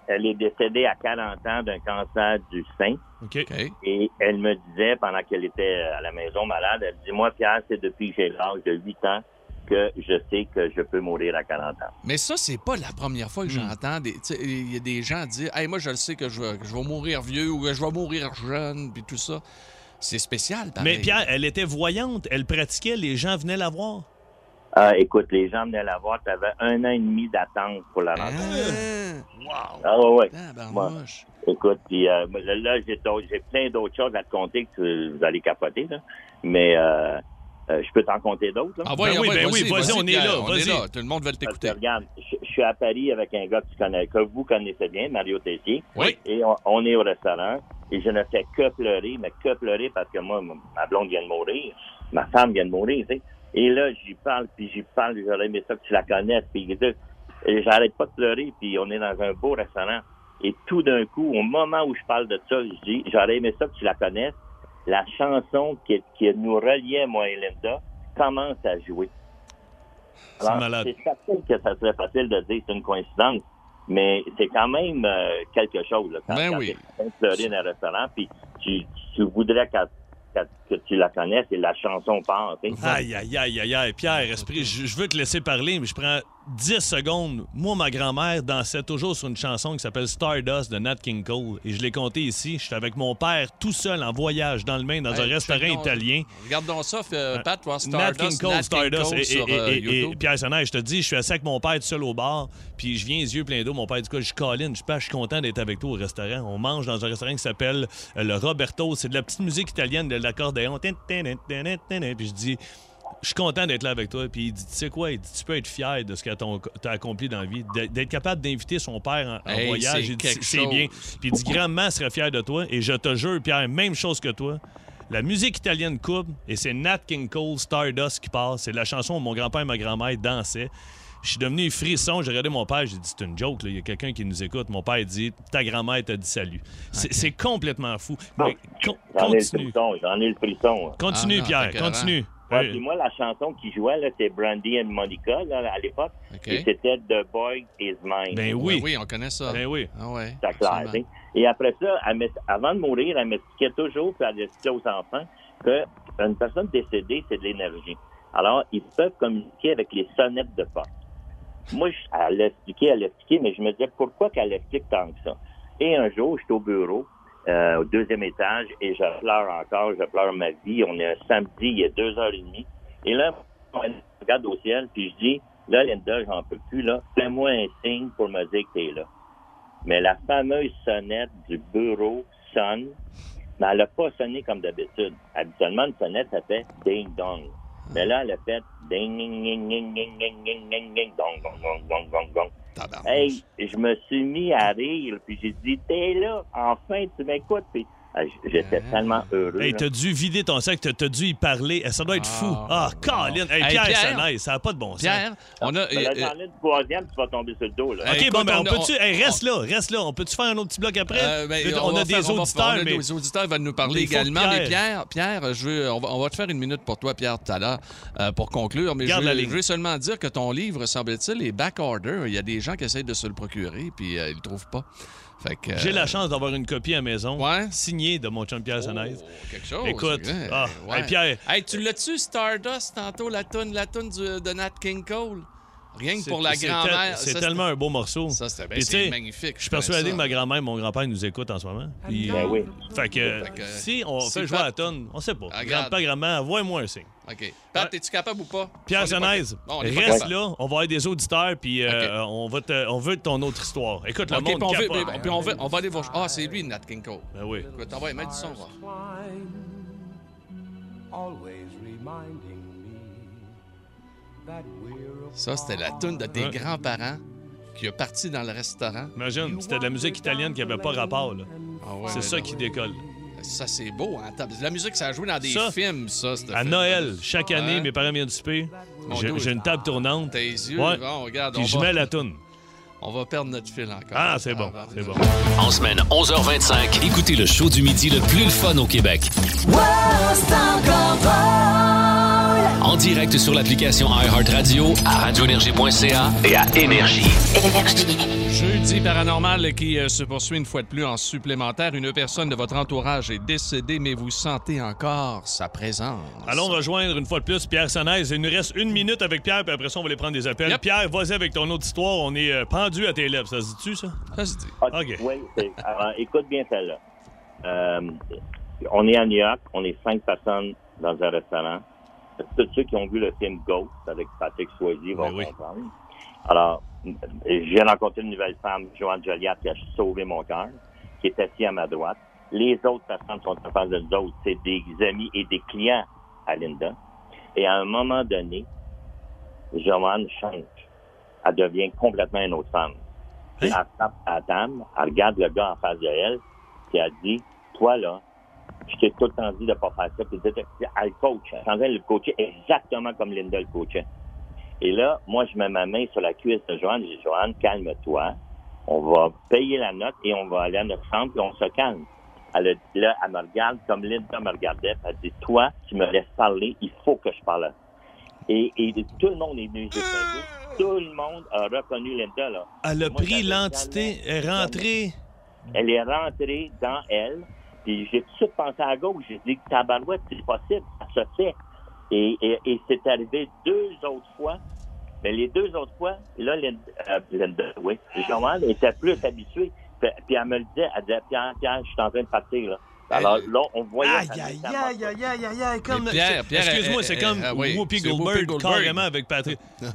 N: Elle est décédée à 40 ans d'un cancer du sein.
C: OK.
N: Et elle me disait, pendant qu'elle était à la maison malade, elle me dit, moi, Pierre, c'est depuis que j'ai l'âge de 8 ans que je sais que je peux mourir à 40 ans.
B: Mais ça, c'est pas la première fois que
C: Hmm.
B: j'entends des. tu sais, Il y a des gens dire Hey, moi, je le sais que je, vais- que je vais mourir vieux ou que je vais mourir jeune, puis tout ça. C'est spécial, pareil.
C: Mais Pierre, elle était voyante, elle pratiquait, les gens venaient la voir.
N: Ah, écoute, les gens venaient la voir, tu avais un an et demi d'attente pour la rencontrer. Wow! Ah ouais, ouais.
B: Hein? Tabarnouche. Ah,
N: Moi, écoute, puis euh, moi, là, là, j'ai d'autres- j'ai plein d'autres choses à te conter que tu- vous allez capoter, là. Mais euh, euh, je peux t'en conter d'autres, là?
B: Ah, ouais, Ben ah oui, ouais, ben oui, vas-y, vas-y, on est Pierre, là, on est vas-y. là. Tout
N: le monde veut t'écouter. Regarde, je je suis à Paris avec un gars que, tu connais, que vous connaissez bien, Mario Tessier.
B: Oui.
N: Et on, on est au restaurant. Et je ne fais que pleurer, mais que pleurer parce que moi, m- ma blonde vient de mourir. Ma femme vient de mourir, tu sais. Et là, j'y parle, puis j'y parle, j'aurais aimé ça que tu la connaisses. Puis tu- et j'arrête pas de pleurer, puis on est dans un beau restaurant. Et tout d'un coup, au moment où je parle de ça, je dis, j'aurais aimé ça que tu la connaisses. la chanson qui, qui nous reliait, moi et Linda, commence à jouer.
C: C'est
N: Alors,
C: malade.
N: C'est facile que ça serait facile de dire que c'est une coïncidence, mais c'est quand même euh, quelque chose. Là, quand
B: Ben
N: quand
B: oui.
N: t'es en train de pleurer dans un restaurant, puis tu, tu voudrais qu'elle- qu'elle- que tu la connaisses et la chanson part. tu sais.
C: Aïe, aïe, aïe, aïe, aïe. Pierre, esprit, je, je veux te laisser parler, mais je prends 10 secondes. Moi, ma grand-mère dansait toujours sur une chanson qui s'appelle Stardust de Nat King Cole. Et je l'ai compté ici. J'étais avec mon père tout seul en voyage dans le Maine dans un
B: Hey,
C: restaurant
B: check donc-
C: italien.
B: Regarde donc ça, fait, euh, Pat, toi,
C: Nat
B: Stardust,
C: King Cole,
B: Nat
C: Stardust.
B: Cole
C: et,
B: sur,
C: et-
B: euh,
C: et- et-
B: YouTube.
C: Pierre Sonner, je te dis, je suis assis avec mon père tout seul au bar, puis je viens les yeux pleins d'eau. Mon père dit quoi? Je suis Colin, je pas, je suis content d'être avec toi au restaurant. On mange dans un restaurant qui s'appelle euh, le Roberto. C'est de la petite musique italienne, de l'accordéon. Tin, tin, tin, tin, tin, tin. Puis je dis, je suis content d'être là avec toi. Puis il dit, tu sais quoi? Il dit, tu peux être fier de ce que ton- t'as accompli dans la vie. D'être- D'être capable d'inviter son père en, en
B: Hey,
C: voyage,
B: c'est
C: il dit, c'est
B: quelque
C: c'est bien.
B: chose.
C: Puis il dit, grand-maman serait fière de toi. Et je te jure, Pierre, même chose que toi. La musique italienne coupe et c'est Nat King Cole, Stardust qui passe. C'est la chanson où mon grand-père et ma grand-mère dansaient. Je suis devenu frisson, j'ai regardé mon père, j'ai dit c'est une joke, là. il y a quelqu'un qui nous écoute. Mon père dit ta grand-mère t'a dit salut. C'est c'est complètement fou. Mais con-
N: J'en ai le
C: continue.
N: frisson, j'en ai le frisson. hein.
C: Continue, Ah non, Pierre, t'inquiète, continue.
N: Ouais,
C: Euh,
N: puis moi, la chanson qui jouait, là, c'est Brandy and Monica, là, à l'époque.
B: OK.
N: Et c'était The Boy Is Mine.
B: Ben oui, on connaît ça.
C: Ben oui.
B: Ah ouais.
N: C'était clair.
B: absolument.
N: tu sais. Et après ça, elle m'ex- avant de mourir, elle m'expliquait toujours, puis elle expliquait aux enfants, qu'une personne décédée, c'est de l'énergie. Alors, ils peuvent communiquer avec les sonnettes de porte. Moi, je- elle l'expliquait, elle l'expliquait, mais je me disais, pourquoi qu'elle explique tant que ça? Et un jour, j'étais au bureau, euh, au deuxième étage, et je pleure encore, je pleure ma vie. On est un samedi, il est deux heures et demie. Et là, je regarde au ciel, puis je dis, là, Linda, j'en peux plus, là. Fais-moi un signe pour me dire que t'es là. Mais la fameuse sonnette du bureau sonne, mais elle n'a pas sonné comme d'habitude. Habituellement, une sonnette, ça fait ding-dong. Mais là, elle a fait ding ding ding ding ding ding ding ding ding dong dong dong dong dong dong. Hey, je me suis mis à rire, puis j'ai dit, t'es là, enfin, tu m'écoutes. Puis ah, j- j'étais tellement heureux.
C: Hey,
N: là.
C: t'as dû vider ton sac, t'as t'as dû y parler. Eh, Ça doit être fou. Ah, Colin. Hey,
N: Hey,
C: Pierre,
N: Pierre.
C: ça naît, ça n'a pas de bon sens.
B: on a. euh,
N: Mais là,
C: euh,
N: dans le troisième, tu vas tomber sur le dos. Là.
C: OK, bon, ben, on peut-tu. hey, reste là, reste là. On peut-tu faire un autre petit bloc après?
B: Euh, ben,
C: on, a
B: va
C: des
B: faire- on va-
C: auditeurs,
B: on a
C: mais.
B: des auditeurs qui vont nous parler
C: Des fois,
B: également.
C: Pierre.
B: Mais Pierre, Pierre, je veux, on, va, on va te faire une minute pour toi, Pierre, tout à l'heure, euh, pour conclure. Mais je
C: Garde la
B: veux,
C: ligne.
B: je veux seulement dire que ton livre, semble-t-il, est back-order. Il y a des gens qui essayent de se le procurer, puis euh, ils le trouvent pas. Fait que, euh, Oh,
C: J'ai la chance d'avoir une copie à la maison signée de mon chum Pierre Sonnez.
B: quelque chose.
C: Écoute,
B: Ouais,
C: ah,
B: ouais.
C: hey, Pierre,
B: Hey, tu l'as-tu, Stardust, tantôt, la toune, la toune du- de Nat King Cole? Rien que
C: c'est-
B: pour la
C: c'est
B: grand-mère.
C: tel- C'est
B: ça,
C: tellement un beau morceau.
B: Ça, c'était ben,
C: Puis,
B: c'est
C: tu sais,
B: magnifique,
C: Je suis
B: je connais
C: persuadé
B: ça.
C: que ma grand-mère et mon grand-père nous écoutent en ce moment. Puis,
B: Ben oui.
C: Fait que,
B: Fait que,
C: si on
B: si
C: fait jouer
B: Pat-
C: à la tonne, on sait pas.
B: regarde.
C: Grand-père, grand-mère, envoie-moi un signe.
B: OK. Pat, es-tu capable ou pas? On
C: Ah. Pierre
B: est pas-
C: Sonnez,
B: Bon, on est pas
C: reste
B: capable.
C: là. On va avoir des auditeurs, puis euh, on, va te- on veut ton autre histoire. Écoute, le
B: OK,
C: monde
B: puis on, veut-
C: capote.
B: puis on veut- on va aller voir. Ah, c'est lui, Nat King Cole.
C: Ben oui.
B: Écoute, on va y mettre du son, va.
O: Always reminding me that we're
B: Ça, c'était la toune de tes
C: Ouais.
B: grands-parents qui est parti dans le restaurant.
C: Imagine, c'était de la musique italienne qui avait pas rapport. là. Ah c'est ça qui décolle.
B: Ça, c'est beau. Hein? T'as- La musique, ça a joué dans des
C: Ça,
B: films, ça. cette
C: À
B: fête.
C: Noël, chaque année,
B: Ouais.
C: mes parents viennent souper.
B: Mon
C: J'ai
B: Dieu.
C: j'ai une table tournante.
B: Tes yeux,
C: Ouais.
B: bon, regarde.
C: Puis
B: on
C: je
B: va-
C: mets la toune.
B: On va perdre notre fil encore.
C: Ah, c'est bon, c'est bon.
A: En semaine, 11h25, écoutez le show du midi le plus le fun au Québec. En direct sur l'application iHeartRadio, à radioénergie.ca et à Énergie.
B: Jeudi paranormal qui euh, se poursuit une fois de plus en supplémentaire. Une personne de votre entourage est décédée, mais vous sentez encore sa présence.
C: Allons rejoindre une fois de plus Pierre Sonnez. Il nous reste une minute avec Pierre, puis après ça, on va les prendre des appels. Pierre, vas-y avec ton autre histoire. On est euh, pendu à tes lèvres. Ça se dit-tu, ça?
B: Ça se dit.
C: OK.
N: Oui, Ah, c'est- alors, écoute bien celle-là. Euh, on est à New York, on est cinq personnes dans un restaurant. Tous ceux qui ont vu le film Ghost avec Patrick Swayze vont comprendre. Alors, j'ai rencontré une nouvelle femme, Joanne Joliette, qui a sauvé mon cœur, qui est assise à ma droite. Les autres personnes sont en face de nous autres. C'est des amis et des clients à Linda. Et à un moment donné, Joanne change. Elle devient complètement une autre femme. Elle tape à la table, elle regarde le gars en face de elle, puis elle dit Toi là, je t'ai tout le temps dit de pas faire ça, puis elle dit, elle le coach. Elle s'en va le coacher exactement comme Linda le coachait. Et là, moi, je mets ma main sur la cuisse de Joanne, je dis Joanne, calme-toi. On va payer la note et on va aller à notre chambre, puis on se calme. Elle a dit là, elle me regarde comme Linda me regardait. puis Elle dit Toi, tu me laisses parler, il faut que je parle. Et, et tout le monde est venu jusqu'à vous. Tout le monde a reconnu Linda. Là.
C: Elle a
N: Moi,
C: pris
N: j'avais
C: l'entité, est rentrée.
N: elle est rentrée dans elle. Puis j'ai tout de suite pensé à gauche. J'ai dit, tabarouette, c'est possible, ça se fait. Et, et- et c'est arrivé deux autres fois. Mais les deux autres fois, là, Linda, euh, Linda, oui, Joanne était plus habituée. Puis, puis elle me le disait, elle disait, Pierre, Pierre, je suis en train de partir, là. Alors là, on voyait...
C: Aïe,
N: ça-
C: aïe,
N: ça-
C: aïe, aïe, aïe, aïe, aïe, comme.
B: Mais Pierre,
C: c'est-
B: Pierre,
C: Excuse-moi,
B: elle-
C: c'est
B: elle-
C: comme
B: ah oui,
C: Whoopi
B: c'est
C: Goldberg,
B: Whoopi Goldberg.
C: carrément avec Patrick.
B: Elle,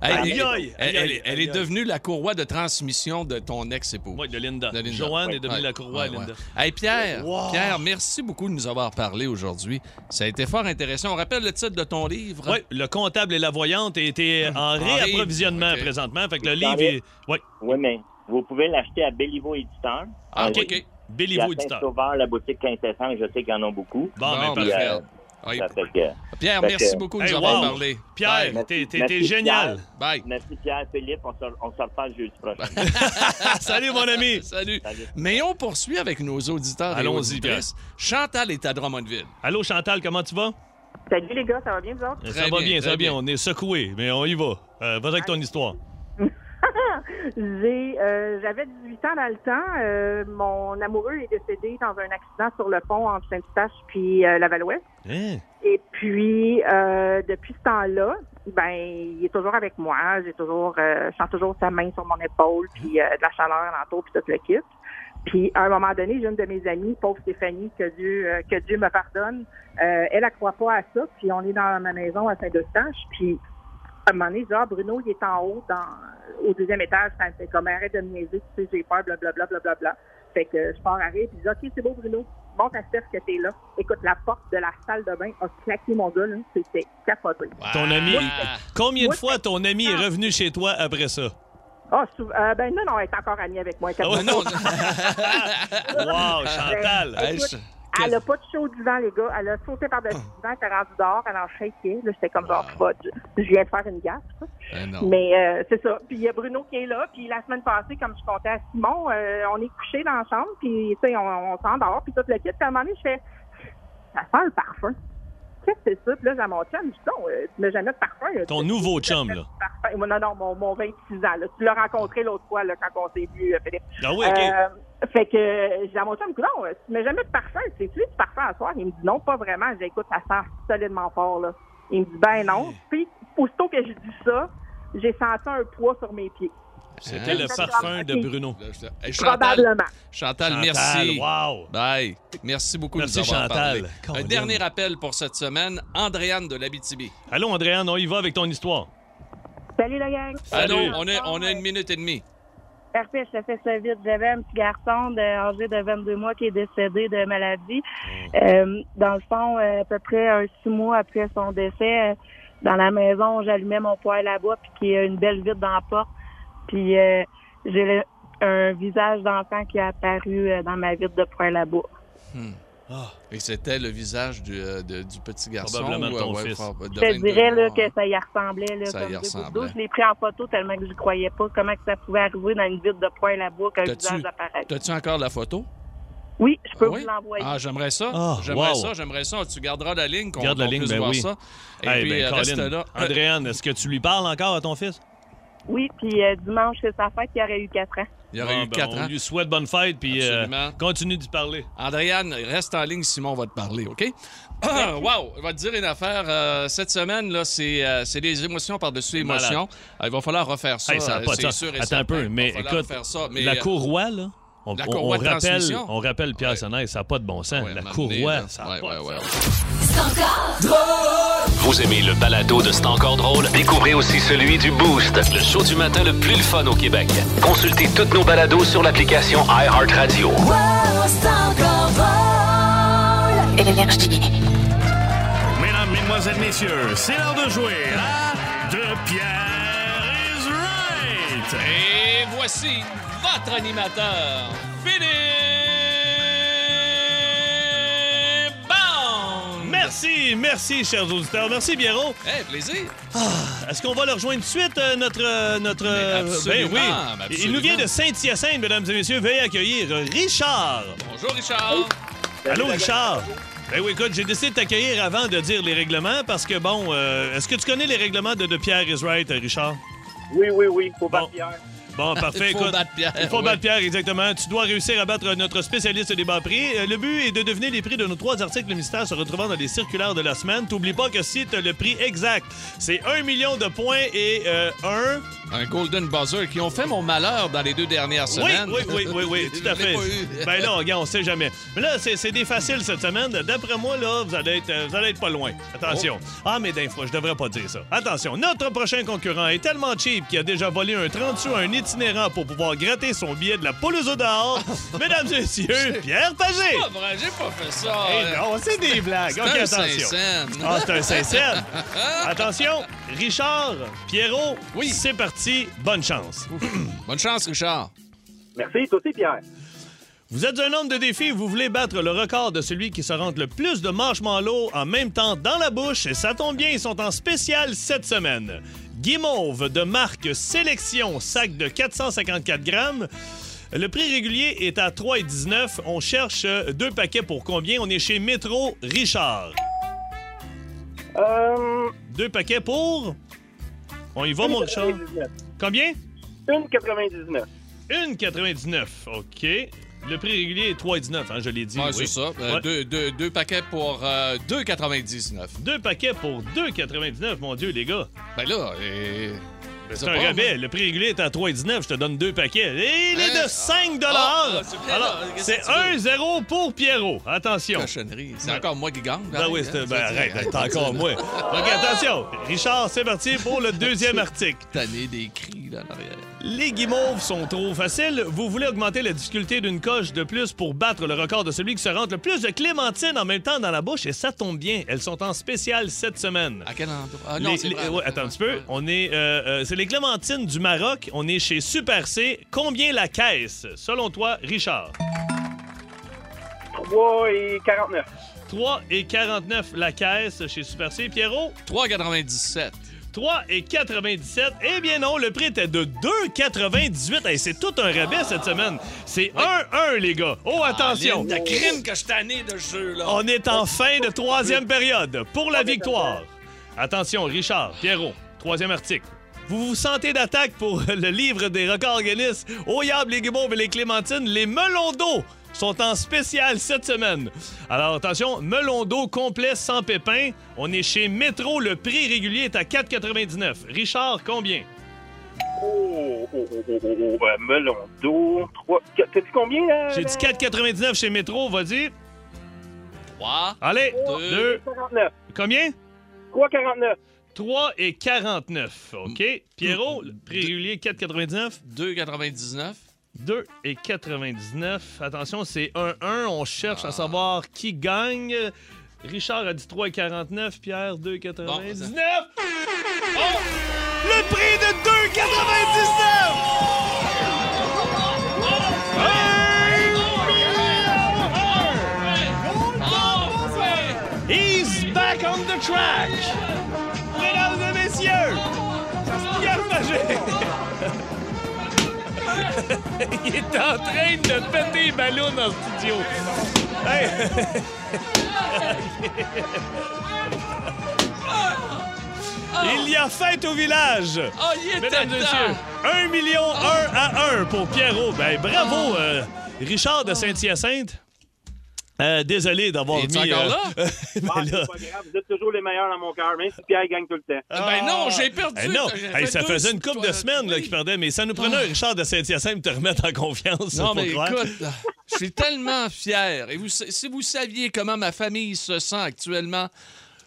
C: Aïe,
B: elle-
C: aïe,
B: elle-
C: aïe,
B: elle-
C: aïe,
B: elle
C: aïe.
B: est devenue la courroie de transmission de ton ex-époux.
C: Oui, de Linda. Joanne est devenue la courroie à Linda.
B: Hey, Pierre,
C: Wow.
B: Pierre, merci beaucoup de nous avoir parlé aujourd'hui. Ça a été fort intéressant. On rappelle le titre de ton livre.
C: Oui, le comptable et la voyante étaient en réapprovisionnement présentement. Fait que le livre est. Oui.
N: Oui, mais vous pouvez l'acheter à Béliveau Éditeur.
C: Ah, OK.
N: Euh,
C: OK. Béliveau
N: puis à
C: Éditeur.
N: Saint-Sauveur, la boutique Quintessence, je sais qu'ils en ont beaucoup.
C: Bon, ben,
N: Puis,
C: parfait.
N: euh,
B: Oui.
N: ça fait que-
B: Pierre,
N: fait
B: merci
N: que-
B: beaucoup de nous avoir parlé.
C: Pierre,
B: Bye.
C: t'es- t'es- t'es
N: Merci, Pierre.
C: génial.
B: Bye.
N: Merci Pierre, Philippe. On se, on se reparle jeudi prochain.
B: Ah,
C: Salut, mon ami.
B: Salut. Mais on poursuit avec nos auditeurs et
C: Allons-y,
B: auditrices. Chantal est à Drummondville.
C: Allô, Chantal, comment tu vas?
P: Salut les gars, ça va bien vous autres?
C: ça va bien, ça va bien. On est secoués, mais on y va. Euh, Vas-y avec ton histoire.
P: J'ai, euh, j'avais 18 ans dans le temps. Euh, mon amoureux est décédé dans un accident sur le pont entre Saint-Eustache puis euh, Laval-Ouest.
C: Hein?
P: Et puis, euh, depuis ce temps-là, ben, il est toujours avec moi. J'ai toujours, euh, je sens toujours sa main sur mon épaule, puis euh, de la chaleur alentour, puis tout le kit. Puis, à un moment donné, j'ai une de mes amies, pauvre Stéphanie, que Dieu, euh, que Dieu me pardonne, euh, elle, elle croit pas à ça. Puis, on est dans ma maison à Saint-Eustache, puis à un moment donné, genre, Bruno, il est en haut, dans, au deuxième étage, ça me fait comme arrête de me niaiser, tu sais, j'ai peur, blablabla, blablabla. Fait que euh, je pars à rire, puis je dis, OK, c'est beau, Bruno, monte à Steph que t'es là. Écoute, la porte de la salle de bain a claqué mon gars, là, c'était capoté.
C: Ton ami. Combien de
P: Moi,
C: fois ton ami est revenu chez toi après ça?
P: Ah, sou- euh, ben non, non, elle est encore amie avec moi. elle est
C: Ah ouais,
P: capote.
C: Wow, Chantal.
P: Ben, écoute, Elle a pas de chaud du vent, les gars. Elle a sauté
C: Ah.
P: par-dessus le vent, elle est rendue dehors, elle en shakeait. Là, j'étais comme, genre, je vais- je viens de faire une gaffe.
C: Eh
P: Mais euh, c'est ça. Puis il y a Bruno qui est là. Puis la semaine passée, comme je comptais à Simon, euh, on est couché dans la chambre. Puis tu sais, on, on s'endort. Puis tout le kit. Puis à un moment donné, je fais Ça sent le parfum. Qu'est-ce que c'est ça? Puis là, j'ai à mon chum. Je dis Non, euh, tu mets jamais de parfum. là.
C: Ton
P: Tu-
C: nouveau
P: tu- tu-
C: chum, là.
P: parfum. Non, non, mon, mon 26 ans. Là. Tu l'as rencontré l'autre fois là, quand on s'est vu, euh, Philippe.
C: Ah oui, OK.
P: Euh, fait que euh, j'ai à mon chum, non, tu mets jamais de parfum. C'est lui du parfum à soir. Il me dit non, pas vraiment. J'ai dit, écoute, ça sent solidement fort. Là. Il me dit ben non. Puis, aussitôt que j'ai dit ça, j'ai senti un poids sur mes pieds.
C: C'était le parfum de Bruno.
B: Hey,
P: Probablement.
B: Chantal,
C: Chantal,
B: Ah, merci.
C: wow.
B: Bye. Merci beaucoup
C: Merci,
B: de nous avoir
C: Chantal.
B: parlé. Un
C: Colin.
B: dernier appel pour cette semaine. Andréane de l'Abitibi.
C: Allô, Andréane, on y va avec ton histoire.
Q: Salut la gang.
B: Allô, Ah on
Q: Ah
B: a, on a une minute et demie.
Q: Parfait, je te fais ça vite. J'avais un petit garçon de, âgé de 22 mois qui est décédé de maladie.
B: Oh.
Q: Euh, dans le fond, euh, à peu près un six mois après son décès, euh, dans la maison, j'allumais mon poêle à bois puis qu'il y a une belle vitre dans la porte. Puis euh, j'ai le- un visage d'enfant qui est apparu euh, dans ma vitre de poêle à bois.
B: Hmm. Et c'était le visage du, euh, de- du petit garçon.
C: Probablement
B: ou,
C: ton
B: euh, ouais,
C: fils.
B: prob- de
Q: Je te
B: 22
Q: dirais là,
B: mois.
Q: que ça y ressemblait. Là,
B: Ça
Q: comme
B: y
Q: deux gouttes
B: ressemblait.
Q: d'eau. Je l'ai pris en photo tellement que je croyais pas comment que ça pouvait arriver dans une vitre de poêle à bois qu'un visage
B: T'as-tu,
Q: apparaît.
B: t'as-tu encore la photo?
Q: Oui, je peux
B: Oui?
Q: vous l'envoyer.
B: Ah, j'aimerais ça.
C: Ah,
B: j'aimerais
C: wow.
B: ça, j'aimerais ça. Tu garderas la ligne qu'on
C: Regarde la
B: qu'on
C: ligne,
B: puisse
C: ben
B: voir
C: oui.
B: ça. Et
C: Hey,
B: puis,
C: ben,
B: euh,
C: Colin,
B: reste là. Euh,
C: Andréane, est-ce que tu lui parles encore à ton fils?
Q: Oui, puis euh, dimanche, c'est sa fête, il y aurait eu 4 ans.
B: Il y aurait
C: Bon,
B: eu
C: ben,
B: quatre
C: on
B: ans.
C: lui souhaite bonne fête, puis euh,
B: Absolument.
C: continue d'y parler.
B: Andréane, reste en ligne, Simon va te parler, OK? Ah, wow! Je vais te dire une affaire. euh, cette semaine, là, c'est, euh, c'est des émotions par-dessus
C: malade.
B: émotions. Ah, il va falloir refaire ça.
C: Hey, ça n'a
B: euh,
C: pas de
B: c'est
C: sens.
B: sûr et
C: Attends
B: certain.
C: un peu,
B: Il va
C: mais
B: falloir
C: écoute,
B: faire ça, mais,
C: la
B: euh,
C: courroie, là, on,
B: la
C: on-
B: courroie
C: on
B: de
C: rappelle,
B: transmission.
C: on rappelle Pierre Sonnet, ça n'a pas de bon sens. la courroie, ça n'a pas de sens.
A: Vous aimez le balado de C'est encore drôle? Découvrez aussi celui du Boost, le show du matin le plus le fun au Québec. Consultez toutes nos balados sur l'application iHeartRadio.
J: Mesdames, Mesdemoiselles, Messieurs, c'est l'heure de jouer à De Pierre is Right.
B: Et voici votre animateur, Philippe Bond!
C: Merci, Merci, merci, chers auditeurs. Merci, Biéro.
B: Eh, plaisir.
C: Ah, Est-ce qu'on va le rejoindre tout de suite, euh, notre. euh, notre euh,
B: absolument,
C: ben oui.
B: mais
C: Il
B: absolument.
C: nous vient de Saint-Hyacinthe, mesdames et messieurs. Veuillez accueillir Richard.
B: Bonjour, Richard.
C: Allô, Richard. Ben oui, écoute, j'ai décidé de t'accueillir avant de dire les règlements parce que, bon, euh, est-ce que tu connais les règlements de, de Pierre is Right, euh, Richard?
R: Oui, oui, oui, faut
C: battre Pierre. Bon, parfait.
R: Il faut
C: écoute,
R: battre euh, Pierre,
C: Il faut
R: oui.
C: battre Pierre, exactement. Tu dois réussir à battre notre spécialiste des bas prix. Euh, Le but est de deviner les prix de nos trois articles mystères se retrouvant dans les circulaires de la semaine. T'oublies pas que si t'as le prix exact, c'est un million de points et euh, un...
B: Un Golden Buzzer qui ont fait mon malheur dans les deux dernières
C: Oui,
B: semaines.
C: oui, oui, oui, oui, tout à
B: Je l'ai
C: fait.
B: pas eu.
C: Ben là, regarde, on sait jamais. Mais là, c'est c'est des faciles cette semaine. D'après moi, là, vous allez être, euh, vous allez être pas loin. Attention.
B: Oh.
C: Ah, mais d'un fois, je devrais pas dire ça. Attention, notre prochain concurrent est tellement cheap qu'il a déjà volé un 30 sous à un itinérant pour pouvoir gratter son billet de la poule aux œufs d'or. Mesdames et messieurs, Pierre Pagé!
B: C'est pas Ah, vrai, j'ai pas fait ça.
C: Eh non, c'est des blagues.
B: C'est
C: OK,
B: un
C: attention.
B: Saint-Saëns.
C: Ah, c'est un Saint-Saëns. attention, Richard, Pierrot, oui. c'est parti. Bonne chance.
B: Euh, Bonne chance, Richard.
R: Merci, toi aussi, Pierre.
C: Vous êtes un homme de défi, vous voulez battre le record de celui qui se rentre le plus de marshmallows en même temps dans la bouche, et ça tombe bien, ils sont en spécial cette semaine. Guimauve de marque Sélection, sac de 454 grammes. Le prix régulier est à 3,19. On cherche euh, deux paquets pour combien? On est chez Métro Richard. Deux paquets pour... On y va, mon Richard. Combien?
R: 1,99.
C: 1,99. OK. Le prix régulier est 3,19, hein, je l'ai dit.
B: Ouais,
C: oui.
B: c'est ça. Euh,
C: Ouais.
B: deux, deux- deux paquets pour euh, 2,99.
C: Deux paquets pour 2,99, mon Dieu, les gars.
B: Ben là, et...
C: C'est un rabais. Le prix régulier est à 3,19. Je te donne deux paquets. Et il est de 5
B: Hein? ah, c'est bien,
C: Alors,
B: là, qu'est-ce
C: c'est
B: que
C: 1-0 pour Pierrot. Attention.
B: C'est encore moi qui gagne.
C: Ben oui,
B: Hein?
C: c'est- ben arrête, c'est encore moi. OK, attention. Richard, c'est parti pour le deuxième article.
B: Tanné des cris, là, en arrière.
C: Les guimauves sont trop faciles. Vous voulez augmenter la difficulté d'une coche de plus pour battre le record de celui qui se rentre le plus de clémentines en même temps dans la bouche et ça tombe bien. Elles sont en spécial cette semaine.
B: À quel endroit? Ah non,
C: Les-
B: c'est
C: les-
B: vrai.
C: ouais, attends un petit peu. On est, euh, euh, c'est les clémentines du Maroc. On est chez Super C. Combien la caisse, selon toi, Richard?
R: 3 et 49.
C: 3 et 49 la caisse chez Super C. Pierrot?
B: 3,97.
C: 3 et 97. Eh bien non, le prix était de 2,98. Hey, c'est tout un rabais cette semaine. C'est 1-1, les gars. Oh, attention.
B: T'as crime que je suis tanné de ce jeu, là.
C: On est en fin de troisième période pour la victoire. Attention, Richard, Pierrot, troisième article. Vous vous sentez d'attaque pour le livre des records Guinness. Au yab, les guimauves et les clémentines, les melons d'eau sont en spécial cette semaine. Alors attention, melon d'eau complet sans pépins. On est chez Métro. Le prix régulier est à 4,99. Richard, combien?
R: Oh, oh, oh, oh, oh, oh, euh, melon d'eau. 3... T'as dit combien, là?
C: J'ai dit 4,99 chez Métro. Vas-y.
A: Ah.
B: 3.
C: Allez,
B: Deux.
C: 2.
R: 49.
C: Combien?
R: 3,49.
C: 3 et 49. OK. Pierrot, le prix régulier 4,99.
B: 2,99.
C: 2 et 99. Attention, c'est 1-1. On cherche à savoir qui gagne. Richard a dit 3 et 49. Pierre, 2 et 99. Le prix de 2,99! He's back on the track! Mesdames et messieurs! Pierre Pagé. Il est en train de péter les ballons dans le studio. Hey. Il y a fête au village!
B: Ah, il Ah. était
C: Mesdames et
B: temps.
C: messieurs, 1 million 1 à 1 pour Pierrot. Ben, bravo,
B: Ah.
C: euh, Richard de Saint-Hyacinthe. Euh, désolé d'avoir mis...
B: Es-tu encore
C: euh,
B: là?
R: Ah,
C: mais là-
R: c'est pas grave, vous êtes toujours les meilleurs dans mon cœur, même si Pierre gagne tout le temps.
B: Ben non, j'ai perdu.
C: Eh non,
B: J'ai
C: Eh,
B: fait
C: ça
B: deux- Ah.
C: faisait une couple de semaines là, qu'il perdait, mais ça nous prenait un Richard de Saint-Hyacinthe pour te remettre en confiance.
B: Non,
C: faut
B: mais
C: croire.
B: écoute, je suis tellement fier. Et vous, sa- si vous saviez comment ma famille se sent actuellement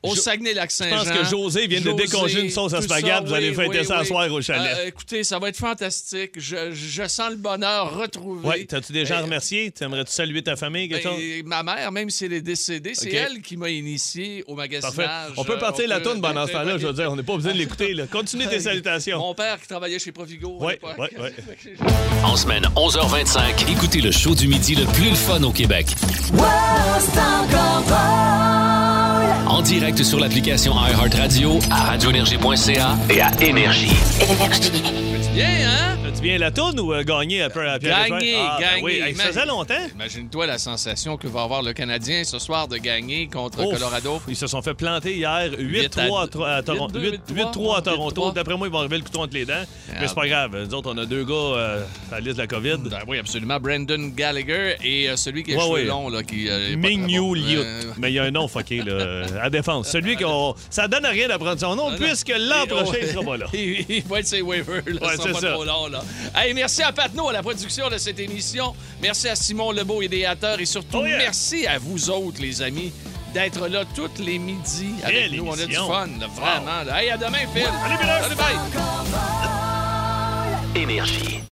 B: au
C: Jo-
B: Saguenay-Lac-Saint-Jean.
C: je pense que José vient de décongeler une sauce à
B: tout
C: spaghetti, vous allez
B: oui,
C: fêter
B: oui,
C: ça à
B: oui.
C: soir au chalet.
B: Euh, écoutez, ça va être fantastique. Je, je sens le bonheur retrouvé.
C: Ouais, t'as-tu déjà remercié? T'aimerais-tu saluer ta famille, quelque chose?
B: Et ma mère, même si elle est décédée, c'est
C: Ok.
B: elle qui m'a initié au magasinage.
C: Parfait. On
B: euh,
C: peut partir la tourne pendant ce temps-là, je veux dire. On n'est pas besoin de l'écouter. là. Continue tes salutations.
B: Mon père qui travaillait chez Provigo. à
C: Ouais,
B: l'époque.
C: ouais, ouais.
A: En semaine, 11h25, écoutez le show du midi le plus le fun au Québec. En direct sur l'application iHeartRadio, à radioénergie.ca et à Énergie.
B: Fais-tu bien, hein?
C: Fais-tu bien la tourne ou euh, gagner après à Pierre
B: Gagner,
C: Lebrun? Ah, ben
B: gagner.
C: oui. Hey, ça faisait longtemps.
B: Imagine-toi la sensation que va avoir le Canadien ce soir de gagner contre
C: Ouf.
B: Colorado.
C: Ils se sont fait planter hier
B: Huit
C: 8-3
B: à-
C: à, Tro- à Toronto.
B: 8-2,
C: 8-3 à Toronto. D'après moi, ils vont arriver le couteau entre les dents.
B: Ah,
C: Mais c'est pas grave. Nous autres, on a deux gars euh, à la liste de la COVID.
B: ben. oui, absolument. Brandon Gallagher et euh, celui qui a les
C: Ouais,
B: cheveux
C: ouais.
B: longs, là, qui. euh, est pas très
C: Mignou
B: bon.
C: Liout.
B: Euh,
C: Mais il y a un nom fucké, là. À défense. Celui qu'on. Ça donne à rien d'apprendre son nom, puisque l'an
B: Et- oh,
C: prochain, il sera pas là.
B: il il va être ses waivers, là.
C: Ouais,
B: ils sont
C: c'est
B: pas
C: ça.
B: trop longs, là. Hey, merci à Patnaud à la production de cette émission. Merci à Simon Lebeau, idéateur. Et surtout,
C: Oh,
B: merci à vous autres, les amis, d'être là tous les midis avec
C: Quelle
B: nous. On a du
C: émission.
B: fun, là, vraiment. là. Hey, à demain, Phil.
C: Salut, Miller.
B: Salut, bye. Énergie.